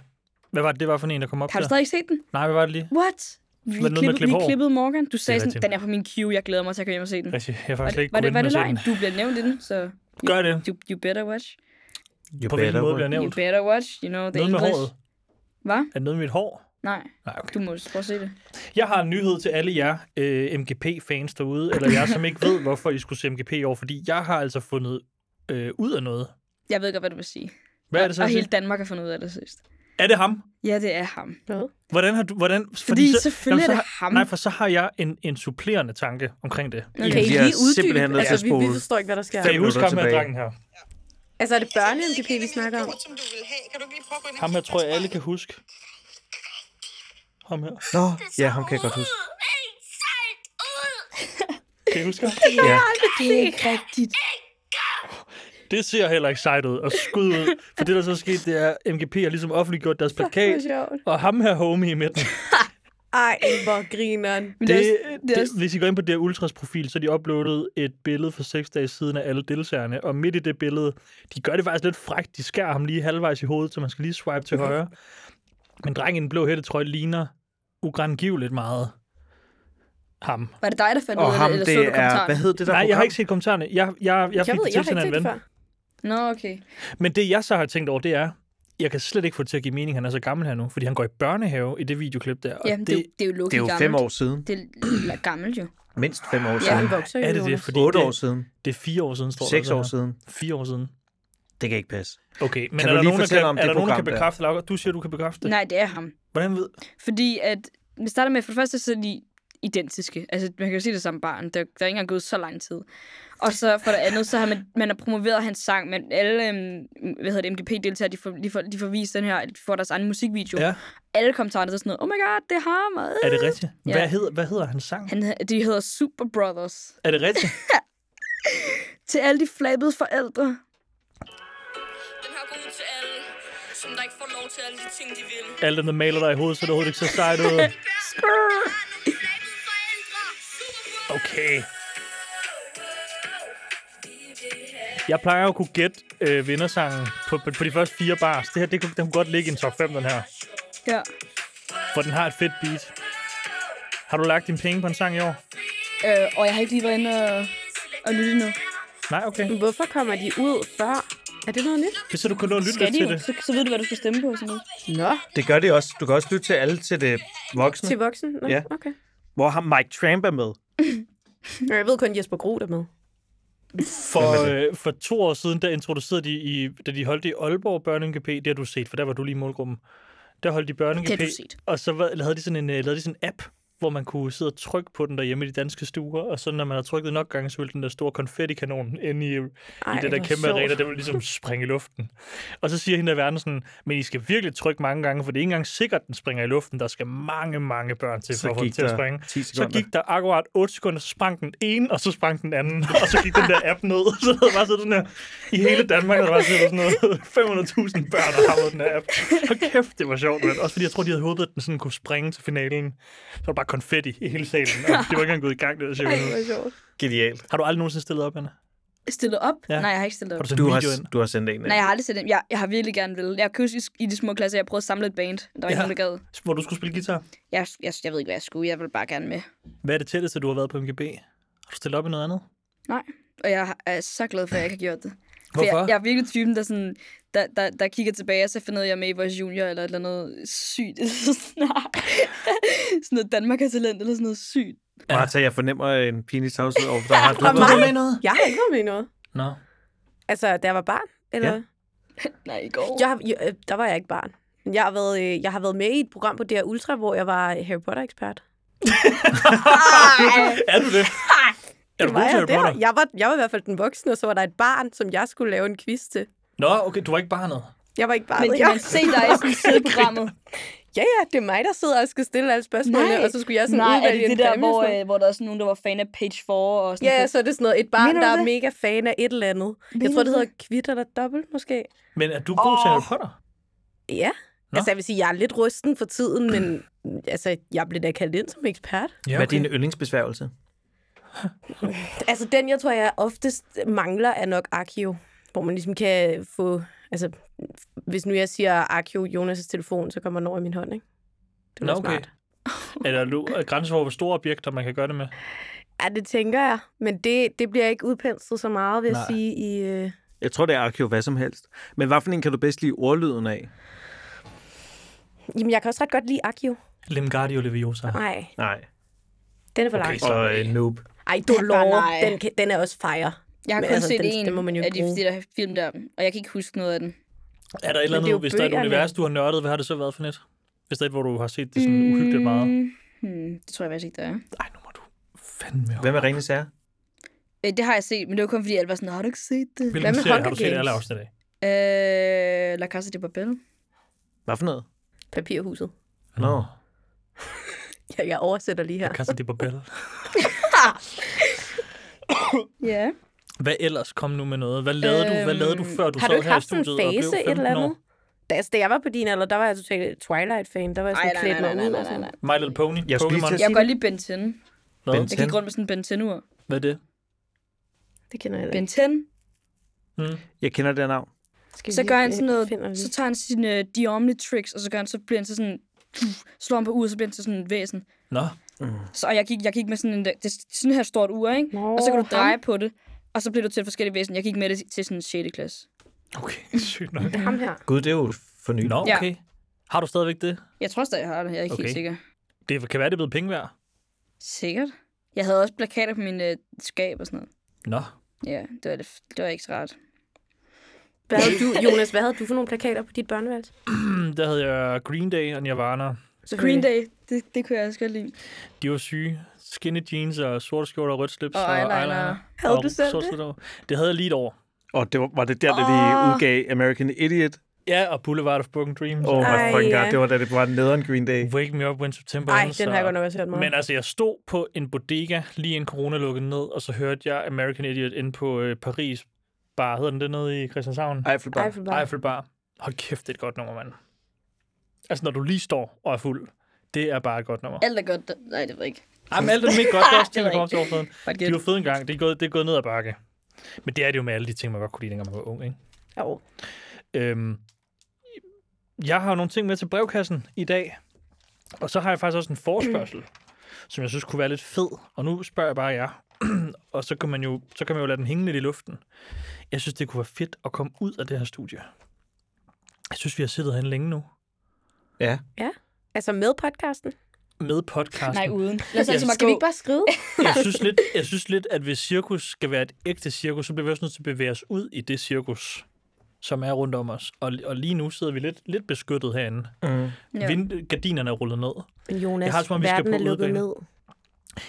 Hvad var det, det var for en, der kom op
Har du
der?
stadig ikke set den?
Nej, hvad var det lige?
What? Vi,
noget med at
klippede,
klippe
vi
hår?
klippede Morgan. Du
er
sagde sådan,
rigtigt.
den er på min queue. Jeg glæder mig til at komme hjem og se den.
Rigtigt, jeg har
Var
faktisk slet
det,
ikke
var det,
kunnet
var det
vente med at
løgn?
se
Du blev nævnt i den, så
den. Gør det.
you, you better watch.
You
På hvilken måde bliver jeg
You
nævnt?
better watch, you know, the
Noget med
English.
håret.
Hvad?
Er det noget med mit hår?
Nej,
Nej, okay.
du må prøve at se det.
Jeg har en nyhed til alle jer øh, MGP-fans derude, eller jer, som ikke ved, hvorfor I skulle se MGP i år, fordi jeg har altså fundet øh, ud af noget.
Jeg ved godt, hvad du vil sige.
Hvad er det så?
Og
jeg
hele
siger?
Danmark har fundet ud af det sidst.
Er det ham?
Ja, det er ham.
Hvordan har du... Hvordan, fordi,
selvfølgelig er det
har-
ham.
Nej, for så har jeg en, en supplerende tanke omkring det.
Okay.
Kan I
Vi er
lige
simpelthen
uddybe?
nødt til
Altså,
at
vi, vi
spole
forstår ikke, hvad der sker.
Kan I huske
minutter
ham med
tilbage.
drengen her?
Altså, er det børne-MGP, vi snakker om?
som du vil have. Kan du ikke lige prøve at gå ind og
Ham her
kigge
tror jeg,
på
alle kan huske. Ham her.
Nå, ja, ham kan jeg godt huske.
Kan I huske ham?
Ja.
Det er ikke rigtigt.
Det ser heller ikke sejt ud og skud ud. For det, der så er sket, det er, at MGP har ligesom offentliggjort deres plakat,
sjovt.
og ham her homie i midten.
Ej, hvor grineren.
Men det,
Det,
er også-
det, det, hvis I går ind på der Ultras profil, så har de uploadet et billede for seks dage siden af alle deltagerne, og midt i det billede, de gør det faktisk lidt frækt, de skærer ham lige halvvejs i hovedet, så man skal lige swipe til højre. Men drengen i den blå hættetrøje ligner ugrangiveligt meget ham.
var det dig, der fandt
Og
ud af
ham,
det, eller
det
så du
er...
kommentaren?
Hvad hed det der
Nej, jeg har
program?
ikke set kommentarerne. Jeg, jeg, jeg
Jeg
fik
ved,
det
jeg har
tilsendt af
ikke
en
set det
ven.
før.
Nå, okay.
Men det, jeg så har tænkt over, det er, jeg kan slet ikke få det til at give mening, han er så gammel her nu, fordi han går i børnehave i det videoklip der. Og
Jamen, det,
det,
det, det er jo
Det
Loki
er jo
gammelt.
fem år siden.
Det er l- gammelt jo.
Mindst fem år
Ja,
Ja.
han
siden.
vokser jo,
er det det?
Jonas.
Fordi
Otte
det,
år siden.
Det er fire år siden, står der
Seks
så
år
her.
siden.
Fire år siden.
Det kan ikke passe.
Okay, men
Kan
er
du
der
lige
nogen, der
fortælle
kan,
om
er
det
der nogen, der
program
kan
der?
bekræfte, Laura? Du siger, du kan bekræfte det.
Nej, det er ham.
Hvordan ved...
Fordi at, vi starter med, at for det første så er de identiske. Altså, man kan jo se det samme barn. Der, der er ikke engang gået så lang tid. Og så for det andet, så har man, man har promoveret hans sang, men alle, øhm, hvad hedder det, MGP-deltagere, de får, de, får, de får vist den her, de får deres egen musikvideo.
Ja.
Alle kommentarerne der er sådan noget, oh my god, det har mig.
Er det rigtigt?
Ja.
Hvad, hedder, hvad hedder hans sang?
Han, de hedder Super Brothers.
Er det rigtigt?
Til alle de flabede forældre.
Den her går ud til alle, som der ikke får lov til alle de ting, de vil.
Alle dem, der maler dig i hovedet, så det overhovedet ikke så sejt ud.
Skrrr.
Okay. Jeg plejer jo at kunne gætte øh, vindersangen på, på, på, de første fire bars. Det her, det kunne, den kunne godt ligge i en top 5, den her.
Ja.
For den har et fedt beat. Har du lagt dine penge på en sang i år?
Øh, og jeg har ikke lige været inde og, og lytte nu.
Nej, okay.
Men Hvorfor kommer de ud før? Er det noget nyt?
Det er så, du kan nå at lytte
Skal
lidt
de
til
jo?
det.
Så, så ved du, hvad du skal stemme på. og Sådan noget.
Nå,
Det gør det også. Du kan også lytte til alle til det voksne,
til voksen? Nå,
Ja.
okay.
hvor ham Mike Tramp er med.
Nå, jeg ved kun, Jesper Groth er med.
For, øh, for to år siden, der introducerede de, i, da de holdt det i Aalborg børne-NGP, det har du set, for der var du lige i målgruppen, der holdt de
Det
børne-NGP,
har du set.
og så var, havde de sådan en, øh, lavede de sådan en app, hvor man kunne sidde og trykke på den derhjemme i de danske stuer, og så når man har trykket nok gange, så ville den der store konfettikanon inde i, Ej, i den der
hvor
kæmpe
sjovt.
arena, der ville ligesom springe i luften. Og så siger hende af verden sådan, men I skal virkelig trykke mange gange, for det er ikke engang sikkert, den springer i luften. Der skal mange, mange børn til,
Så
for at få den
gik
til at
der
springe.
10
Så
sekunder.
gik der akkurat 8 sekunder, så sprang den ene, og så sprang den anden, og så gik den der app ned. Så der var sådan her, i hele Danmark, der var sådan noget 500.000 børn, der havede den her app. Og kæft, det var sjovt, men også fordi jeg tror, de havde håbet, at den sådan kunne springe til finalen. Så var der bare konfetti i hele salen, og det var ikke engang gået i gang, det der
Ej,
sjovt.
hvor sjovt.
Genialt.
Har du aldrig nogensinde stillet op, Anna?
Stillet op?
Ja.
Ja. Nej, jeg har ikke stillet
Har
op.
du sendt
Du
en
har,
video ind?
du har sendt en
Nej, jeg har aldrig set dem. Jeg, jeg har virkelig gerne vil. Jeg kan huske, i- i de små klasser, jeg prøvede at samle et band. Der var ikke
Ja.
nogen, der gad.
Hvor du skulle spille guitar?
Jeg, jeg, jeg ved ikke, hvad jeg skulle. Jeg ville bare gerne med.
Hvad er det tætteste, du har været på MGB? Har du stillet op i noget andet?
Nej. Og jeg er så glad for, at jeg ikke har gjort det. For
Hvorfor?
jeg, jeg er virkelig typen, der, sådan, der, der, der kigger tilbage, og så finder ud af, at jeg er med i vores junior, eller et eller andet sygt. Snart. sådan noget Danmark har talent, eller sådan noget sygt.
Martha, jeg fornemmer en pinlig tavshed over, der har du
Fra mig?
noget.
med i noget?
Jeg har ikke været med i noget.
Nå.
Altså, da jeg var barn? Eller?
Ja.
Nej, i går.
Jeg, har- jeg, øh, der var jeg ikke barn. Men Jeg har, været, øh, jeg har været med i et program på DR Ultra, hvor jeg var Harry Potter-ekspert.
Er du det? Er du
Var
god til
jeg,
Harry
der?
Potter?
jeg, var, jeg var i hvert fald den voksne, og så var der et barn, som jeg skulle lave en quiz til.
Nå, okay, du var ikke barnet.
Jeg var ikke barnet.
Men kan
jeg...
man se dig i sådan sideprogrammet?
Ja, ja, det er mig, der sidder og skal stille alle spørgsmålene,
Nej.
og så skulle jeg sådan
Nej, er
udvælge
det
en
det der,
præmie og
hvor,
sådan noget.
øh, hvor der er sådan nogen, der var fan af Page 4 og sådan
Ja,
noget?
så er det sådan noget, et barn,
Mener
der
du
er
det?
mega fan af et eller andet. Jeg
Mener
tror, det
du
hedder kvitt eller dobbelt, måske.
Men er du god til Harry Potter?
Ja.
Nå.
Altså, jeg vil sige, jeg er lidt rusten for tiden, men altså, jeg blev da kaldt ind som ekspert.
Ja,
Hvad er din yndlingsbesværgelse?
Altså, den, jeg tror, jeg oftest mangler, er nok Akio, hvor man ligesom kan få... Altså, hvis nu jeg siger Akio Jonas' telefon, så kommer den over i min hånd, ikke? Det er
Nå,
da
okay.
smart.
Er der lo- er grænser for, hvor store objekter man kan gøre det med?
Ja, det tænker jeg. Men det, det bliver ikke udpenslet så meget, vil jeg
Nej.
sige, i, øh,
Jeg tror, det er Akio hvad som helst. Men hvad for en kan du bedst lide ordlyden af?
Jamen, jeg kan også ret godt lide Akio.
Lemgardio Leviosa.
Nej,
Nej.
den er for okay, lang.
Og øh, noob.
Ej, du
Ej,
lov.
nej.
Den, kan, den er også fire.
Jeg har
Men
kun
altså,
set
den-
en
den må man jo
af de
bruge.
de der film der, og jeg kan ikke huske noget af den.
Er der et eller
Men det er jo
andet, hvis der er et
bøgerne.
univers, du har nørdet, hvad har det så været for net? Hvis det er et, hvor du har set det
Mm.
sådan uhyggeligt meget.
Hmm, det tror jeg faktisk ikke, der er.
Nej, nu må du fandme op.
Hvem er Renes her?
Øh, Det har jeg set, men det var kun fordi, alle var sådan, har du ikke set det?
Hvilken
med
serie har
Hunger
du set
Games?
alle afsnit af?
Øh, La Casa de Papel.
Hvad for noget?
Papirhuset.
Nå.
Jeg, jeg oversætter lige her.
Casa de Papel.
Ja.
Hvad ellers? Kom nu med noget. Hvad lavede du, hvad lavede du
Øhm,
før du
har du
sad
ikke
her i
haft en
studiet og blev
fase, et
15
eller andet?
år?
Da, altså, da jeg var på din alder, der var jeg altså totalt Twilight-fan. Der var jeg sådan
Ej,
klædt mig ud. og sådan.
My Little Pony?
Jeg skulle lige
Pokémon?
til at
Jeg
sige
kan godt lide Ben 10.
Hvad?
Ben
Jeg
10.
gik rundt med sådan en Ben 10-ur.
Hvad er det?
Det kender jeg da
Ben
ikke.
10.
Mm.
Jeg kender det navn.
Skal vi
Så
lige-
gør han sådan
øh,
noget,
finder vi.
så tager han sine uh, Diomni tricks, og så, gør han, så bliver han så sådan, slår han på uret, så bliver han så sådan en væsen.
Nå,
Så, og jeg gik, jeg gik med sådan en, det, er sådan her stort ur, ikke?
Nå,
og så kan du
ham.
dreje på det, og så bliver du til et forskelligt væsen. Jeg gik med det til sådan en 6. klasse.
okay, sygt nok.
Det er ham her.
Gud, det er jo for nylig.
Nå,
Ja.
okay. Har du stadigvæk det?
Jeg tror stadig, jeg har det. Jeg er ikke okay.
Okay.
helt sikker.
Det kan være, det er blevet penge værd.
Sikkert. Jeg havde også plakater på min øh, skab og sådan noget.
Nå,
Ja, det var, lidt, det var ikke så rart.
Hvad havde du, Jonas, hvad havde du for nogle plakater på dit børneværelse?
Mm, der havde jeg Green Day og Nirvana.
Green Day, det, det kunne jeg også godt lide.
De var syge. Skinny jeans og sorte skjorter og rødt slips.
Og eyeliner.
Havde
Og
du selv
sort
det?
slitter. Det havde jeg lige et år.
Og det var, var det der, da de udgav American Idiot?
Ja, og Boulevard of Broken Dreams.
Åh, oh, my
Ej,
fucking
ja.
god. Det var da det var nederen Green Day.
Wake Me Up When September
Nej,
Ends,
den har jeg
og-
godt nok også hørt meget.
Men altså, jeg stod på en bodega, lige inden corona lukkede ned, og så hørte jeg American Idiot inde på øh, Paris Bar. Hedder den det nede i Christianshavn?
Eiffelbar.
Eiffel Bar.
Eiffel Bar. Hold kæft, det er et godt nummer, mand. Altså, når du lige står og er fuld, det er bare et godt nummer.
Alt er godt. der- Nej, det var ikke.
Ej, men alt er mega godt, der er også ting, der
Det ved
kommer til overfladen.
Bare et
De
gæt.
var fede engang. Det er, gået, det er gået ned ad bakke. Men det er det jo med alle de ting, man godt kunne lide, dengang man var ung, ikke?
Jo.
Øhm, jeg har nogle ting med til brevkassen i dag, og så har jeg faktisk også en forspørgsel, som jeg synes kunne være lidt fed. Og nu spørger jeg bare jer, og så kan, man jo, så kan man jo lade den hænge lidt i luften. Jeg synes, det kunne være fedt at komme ud af det her studie. Jeg synes, vi har siddet herinde længe nu
Ja.
Altså med podcasten?
med podcasten.
Nej, uden. Lad os
Ja,
altså bare
Skal vi
gå.
ikke bare skride?
jeg, synes lidt, jeg synes lidt, at hvis cirkus skal være et ægte cirkus, så bliver vi også nødt til at bevæge os ud i det cirkus, som er rundt om os. Og, og lige nu sidder vi lidt, lidt beskyttet herinde.
Mm.
Ja.
Ja. Vind, gardinerne er rullet ned.
Men Jonas,
Jeg har det, som om vi skal
verden
på
er lukket
udebane.
ned.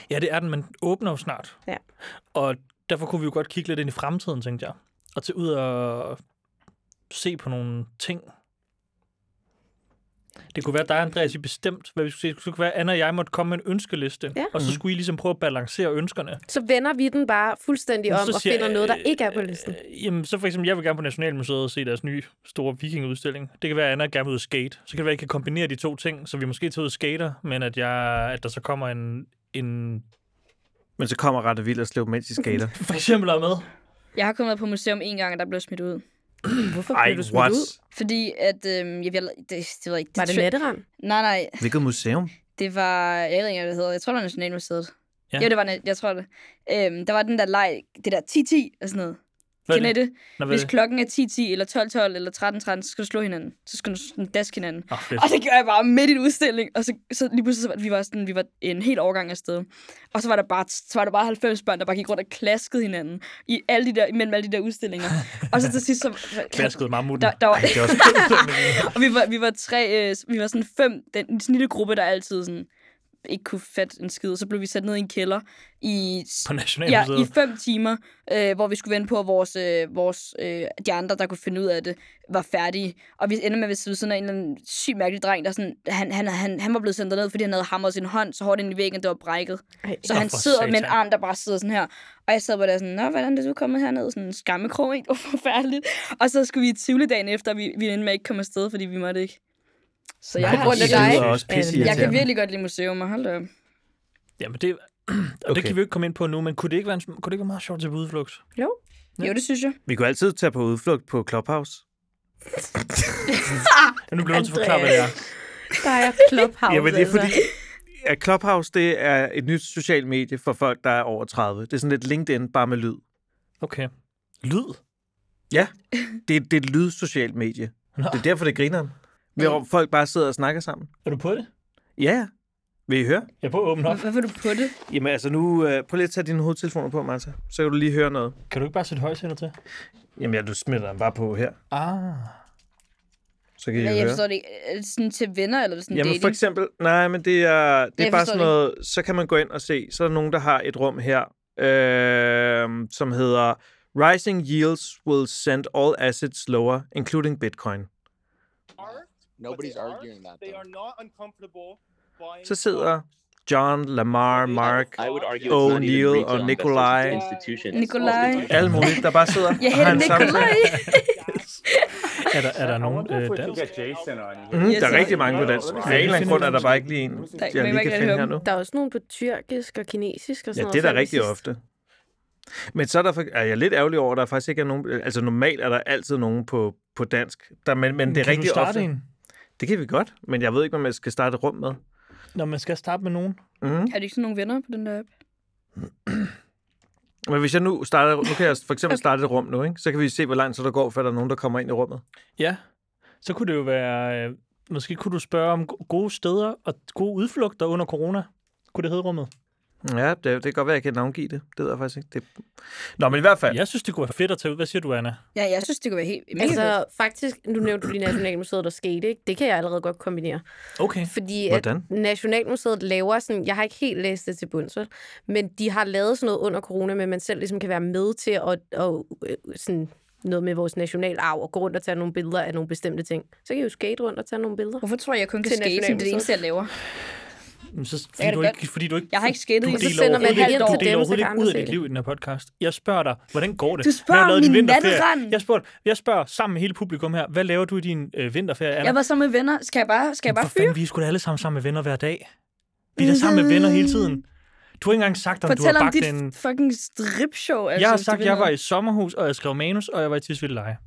Ja, det er den, men åbner jo snart.
Ja.
Og derfor kunne vi jo godt kigge lidt ind i fremtiden, tænkte jeg. Og tage ud og se på nogle ting. Det kunne være dig, Andreas, I bestemt, hvad vi skulle se. Det kunne være, Anna og jeg måtte komme med en ønskeliste.
Ja.
Og så skulle I ligesom prøve at balancere ønskerne.
Så vender vi den bare fuldstændig
Men
om
så
og
siger
finder
jeg,
noget, der
øh,
ikke er på listen.
Øh, Jamen, så for eksempel, jeg vil gerne på Nationalmuseet og se deres nye store vikingudstilling. Det kan være, at Anna gerne vil ud og skate. Så kan det være, at I kan kombinere de to ting, så vi måske tager ud og skater, men at, jeg, at der så kommer en, en
Men så kommer Rette Villerslev, mens I skater.
for eksempel er med.
Jeg har kun været på museum en gang, og der blev smidt ud.
Hvorfor
Ej,
blev du smidt
what?
ud?
Fordi at, øhm, jeg, jeg, det, det ved jeg ikke.
Var det
tror-
Netteram?
Nej, nej.
Hvilket museum?
Det var, jeg ved ikke, engang, hvad det hedder. Jeg tror, det var Nationalmuseet.
Ja.
Ja. Jo, det var, na- jeg tror det. Øhm, der var den der leg, det der 10-10 og sådan noget.
Hvad er
Kender I det?
Nå, hvad er
Hvis
det?
klokken er 10-10, eller 12-12, eller 13-13, så skal du slå hinanden. Så skal du sådan daske hinanden.
Ah, fedt.
Og det gjorde jeg bare midt i en udstilling. Og så, så lige pludselig, så var, vi, var sådan, vi var en hel overgang afsted. Og så var, der bare, så var der bare 90 børn, der bare gik rundt og klaskede hinanden. I alle de der, imellem alle de der udstillinger. og så til sidst, så...
Klaskede mammuten.
Der, der var,
Det er også
og vi var, vi var tre, øh, vi var sådan fem, den, den lille gruppe, der altid sådan, ikke kunne fatte en skid. Så blev vi sat ned i en kælder i,
På
ja,
Nationalmuseet.
i fem timer, øh, hvor vi skulle vente på, at vores, øh, vores, øh, de andre, der kunne finde ud af det, var færdige. Og vi ender med, at vi sidder sådan en eller anden syg mærkelig dreng, der sådan, han, han, han, han var blevet sendt ned, fordi han havde hamret sin hånd så hårdt ind i væggen, at det var brækket.
Ej,
Så
Nå,
han
for
sidder med en
satan.
arm, der bare sidder sådan her. Og jeg sad bare der sådan, Nå, hvordan er du kommet herned? Sådan en skammekrog, ikke? Det var forfærdeligt. Og så skulle vi i Tivoli dagen efter, og vi, vi endte med at ikke komme afsted, fordi vi måtte ikke. Så jeg,
Ej,
har,
grund af
jeg,
Det
dig. Øh,
lyder også pisse
jeg kan
irriterende.
virkelig godt lide museumer, hold da op.
Jamen, det, og
Okay.
det kan vi jo ikke komme ind på nu, men kunne det ikke være, en, kunne det ikke være meget sjovt til på udflugt?
Jo.
Jo, det synes jeg.
Vi kunne altid tage på udflugt på Clubhouse.
Ja, nu bliver du nødt til at forklare, hvad det er.
Der er Clubhouse.
Jamen, det er fordi,
Altså.
at Clubhouse, det er et nyt socialt medie for folk, der er over 30. Det er sådan lidt LinkedIn, bare med lyd.
Okay. Lyd?
Ja, det, er- det er et lydsocialt medie.
Nå.
Det er derfor, det griner. Hvor folk bare sidder og snakker sammen.
Er du på det?
Ja, ja. Vil I høre?
Jeg er på at åbne op.
Hvorfor er du på det?
Jamen altså nu, øh, prøv lige at tage dine hovedtelefoner på, Martha. Så kan du lige høre noget.
Kan du ikke bare sætte højtaler til?
Jamen ja, du smitter dem bare på her.
Ah.
Så kan I
Nej, jeg
jo høre.
forstår det ikke. Er det sådan til venner, eller er det sådan
Jamen
dating?
for eksempel, nej, men det er, det er
Jeg
bare
forstår
sådan
det
noget, så kan man gå ind og se, så er der nogen, der har et rum her, øh, som hedder Rising yields will send all assets lower, including Bitcoin.
are,
Nobody's arguing that.
they
Though.
are not uncomfortable buying
Så sidder John, Lamar, uh, Mark,
I would argue
Oh,
it's not
Neil
even retail
og
investors, it's
Nikolaj.
institutions.
Nikolaj.
alle mulige, der bare sidder
Ja,
og har
Helle
en samtale.
Nikolaj.
Er der, er der nogen øh, dansk?
Jason on
Mm,
Yes,
der er
sir.
rigtig mange på dansk. Af en eller anden grund er der bare ikke lige en,
Der er
jeg
ikke- man
lige
kan
kan
ikke
finde
høre
her
dem.
nu.
Der er også nogen på tyrkisk og kinesisk og sådan
Ja,
noget.
det er
fandt
da
jeg
rigtig
sidst.
ofte. Men så er, der, for- er jeg lidt ærgerlig over, at der faktisk ikke er nogen... Altså normalt er der altid nogen på, på dansk. Der, men, men det er
kan
rigtig
du starte
ofte...
En?
Det kan vi godt, men jeg ved ikke, hvad man skal starte et rum med.
Når man skal starte med nogen.
Mm.
Er det ikke sådan nogle venner på den der app?
Men hvis jeg nu starter... Nu kan jeg for eksempel starte et rum nu, ikke? Så kan vi se, hvor lang tid der går, før der er nogen, der kommer ind i rummet.
Ja. Så kunne det jo være... Øh, måske kunne du spørge om go- gode steder og gode udflugter under corona. Kunne det hedde rummet?
Ja, det, det kan godt være, jeg kan navngive det. Det ved jeg faktisk ikke. Det... Nå, men i hvert fald...
Jeg synes, det kunne være fedt at tage ud. Hvad siger du, Anna?
Ja, jeg synes, det kunne være helt mega fedt.
Altså faktisk, nu nævnte du lige Nationalmuseet og skate, ikke? Det kan jeg allerede godt kombinere.
Okay.
Fordi at
Hvordan?
Nationalmuseet laver sådan, jeg har ikke helt læst det til bunds, vel? men de har lavet sådan noget under corona, men man selv ligesom kan være med til at, og, øh, sådan noget med vores nationalarv og gå rundt og tage nogle billeder af nogle bestemte ting. Så kan jeg jo skate rundt og tage nogle billeder.
Hvorfor tror jeg, jeg kun kan
Til
skate, som det er det
Nationalmuseet.
eneste, jeg laver?
Men så,
Jeg
fordi,
kan
du
da
ikke, fordi du ikke...
Jeg har ikke skatet i
du
så
så
deler
sender man
overhovedet ikke-
det hen
du
til
deler
dem,
overhovedet
så kan
ikke
andre
ud af
se
dit
det.
liv i den her podcast. Jeg spørger dig, hvordan går det?
Du
Hvad har
spørger
lavet
om
i
min
vinterferie?
natterand.
Jeg spørger, jeg spørger sammen med hele publikum her, hvad laver du i din øh, vinterferie? Anna?
Jeg var så med venner. Skal jeg bare, skal jeg bare
For
fyre?
fanden, vi er sgu da alle sammen sammen med venner hver dag. Vi er da sammen med venner hele tiden. Du har ikke engang sagt, om
Fortæl
du har
om
bagt
dit
en...
fucking stripshow. Altså,
Jeg har
hvis du
sagt,
vil
at jeg var
noget.
i sommerhus, og jeg skrev manus, og jeg var i Tisvildeleje.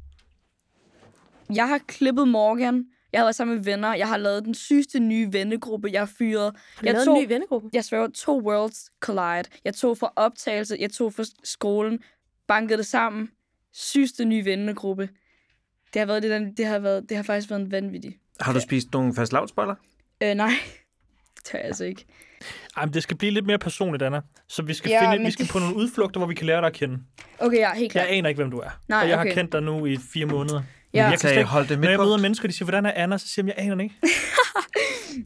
Jeg har klippet Morgan. Jeg har været sammen med venner. Jeg har lavet den sygeste nye vennegruppe. Jeg har fyret.
Jeg
Jeg
lavede
tog,
en ny vennegruppe.
jeg sværger, to worlds collide. Jeg tog fra optagelse, jeg tog fra skolen, bankede det sammen. Sygeste nye vennegruppe. Det har, været, det, der- det har, været, det har faktisk været en vanvittig.
Har du spist nogle fast lavtsboller?
Øh, nej, det tør jeg altså ikke.
Ej, men det skal blive lidt mere personligt, Anna. Så vi skal,
Ja,
ja, finde,
men
vi skal
det-
på nogle udflugter, hvor vi kan lære dig at kende.
Okay, ja, helt
Jeg
klart.
aner ikke, hvem du er.
Nej,
og jeg har
okay.
kendt dig nu i fire måneder. Men
Ja.
jeg kan
Sagde,
slet, ikke-
hold det
når
midt
jeg
på.
møder mennesker, de siger, hvordan er Anna? Så siger jeg, jeg aner det ikke.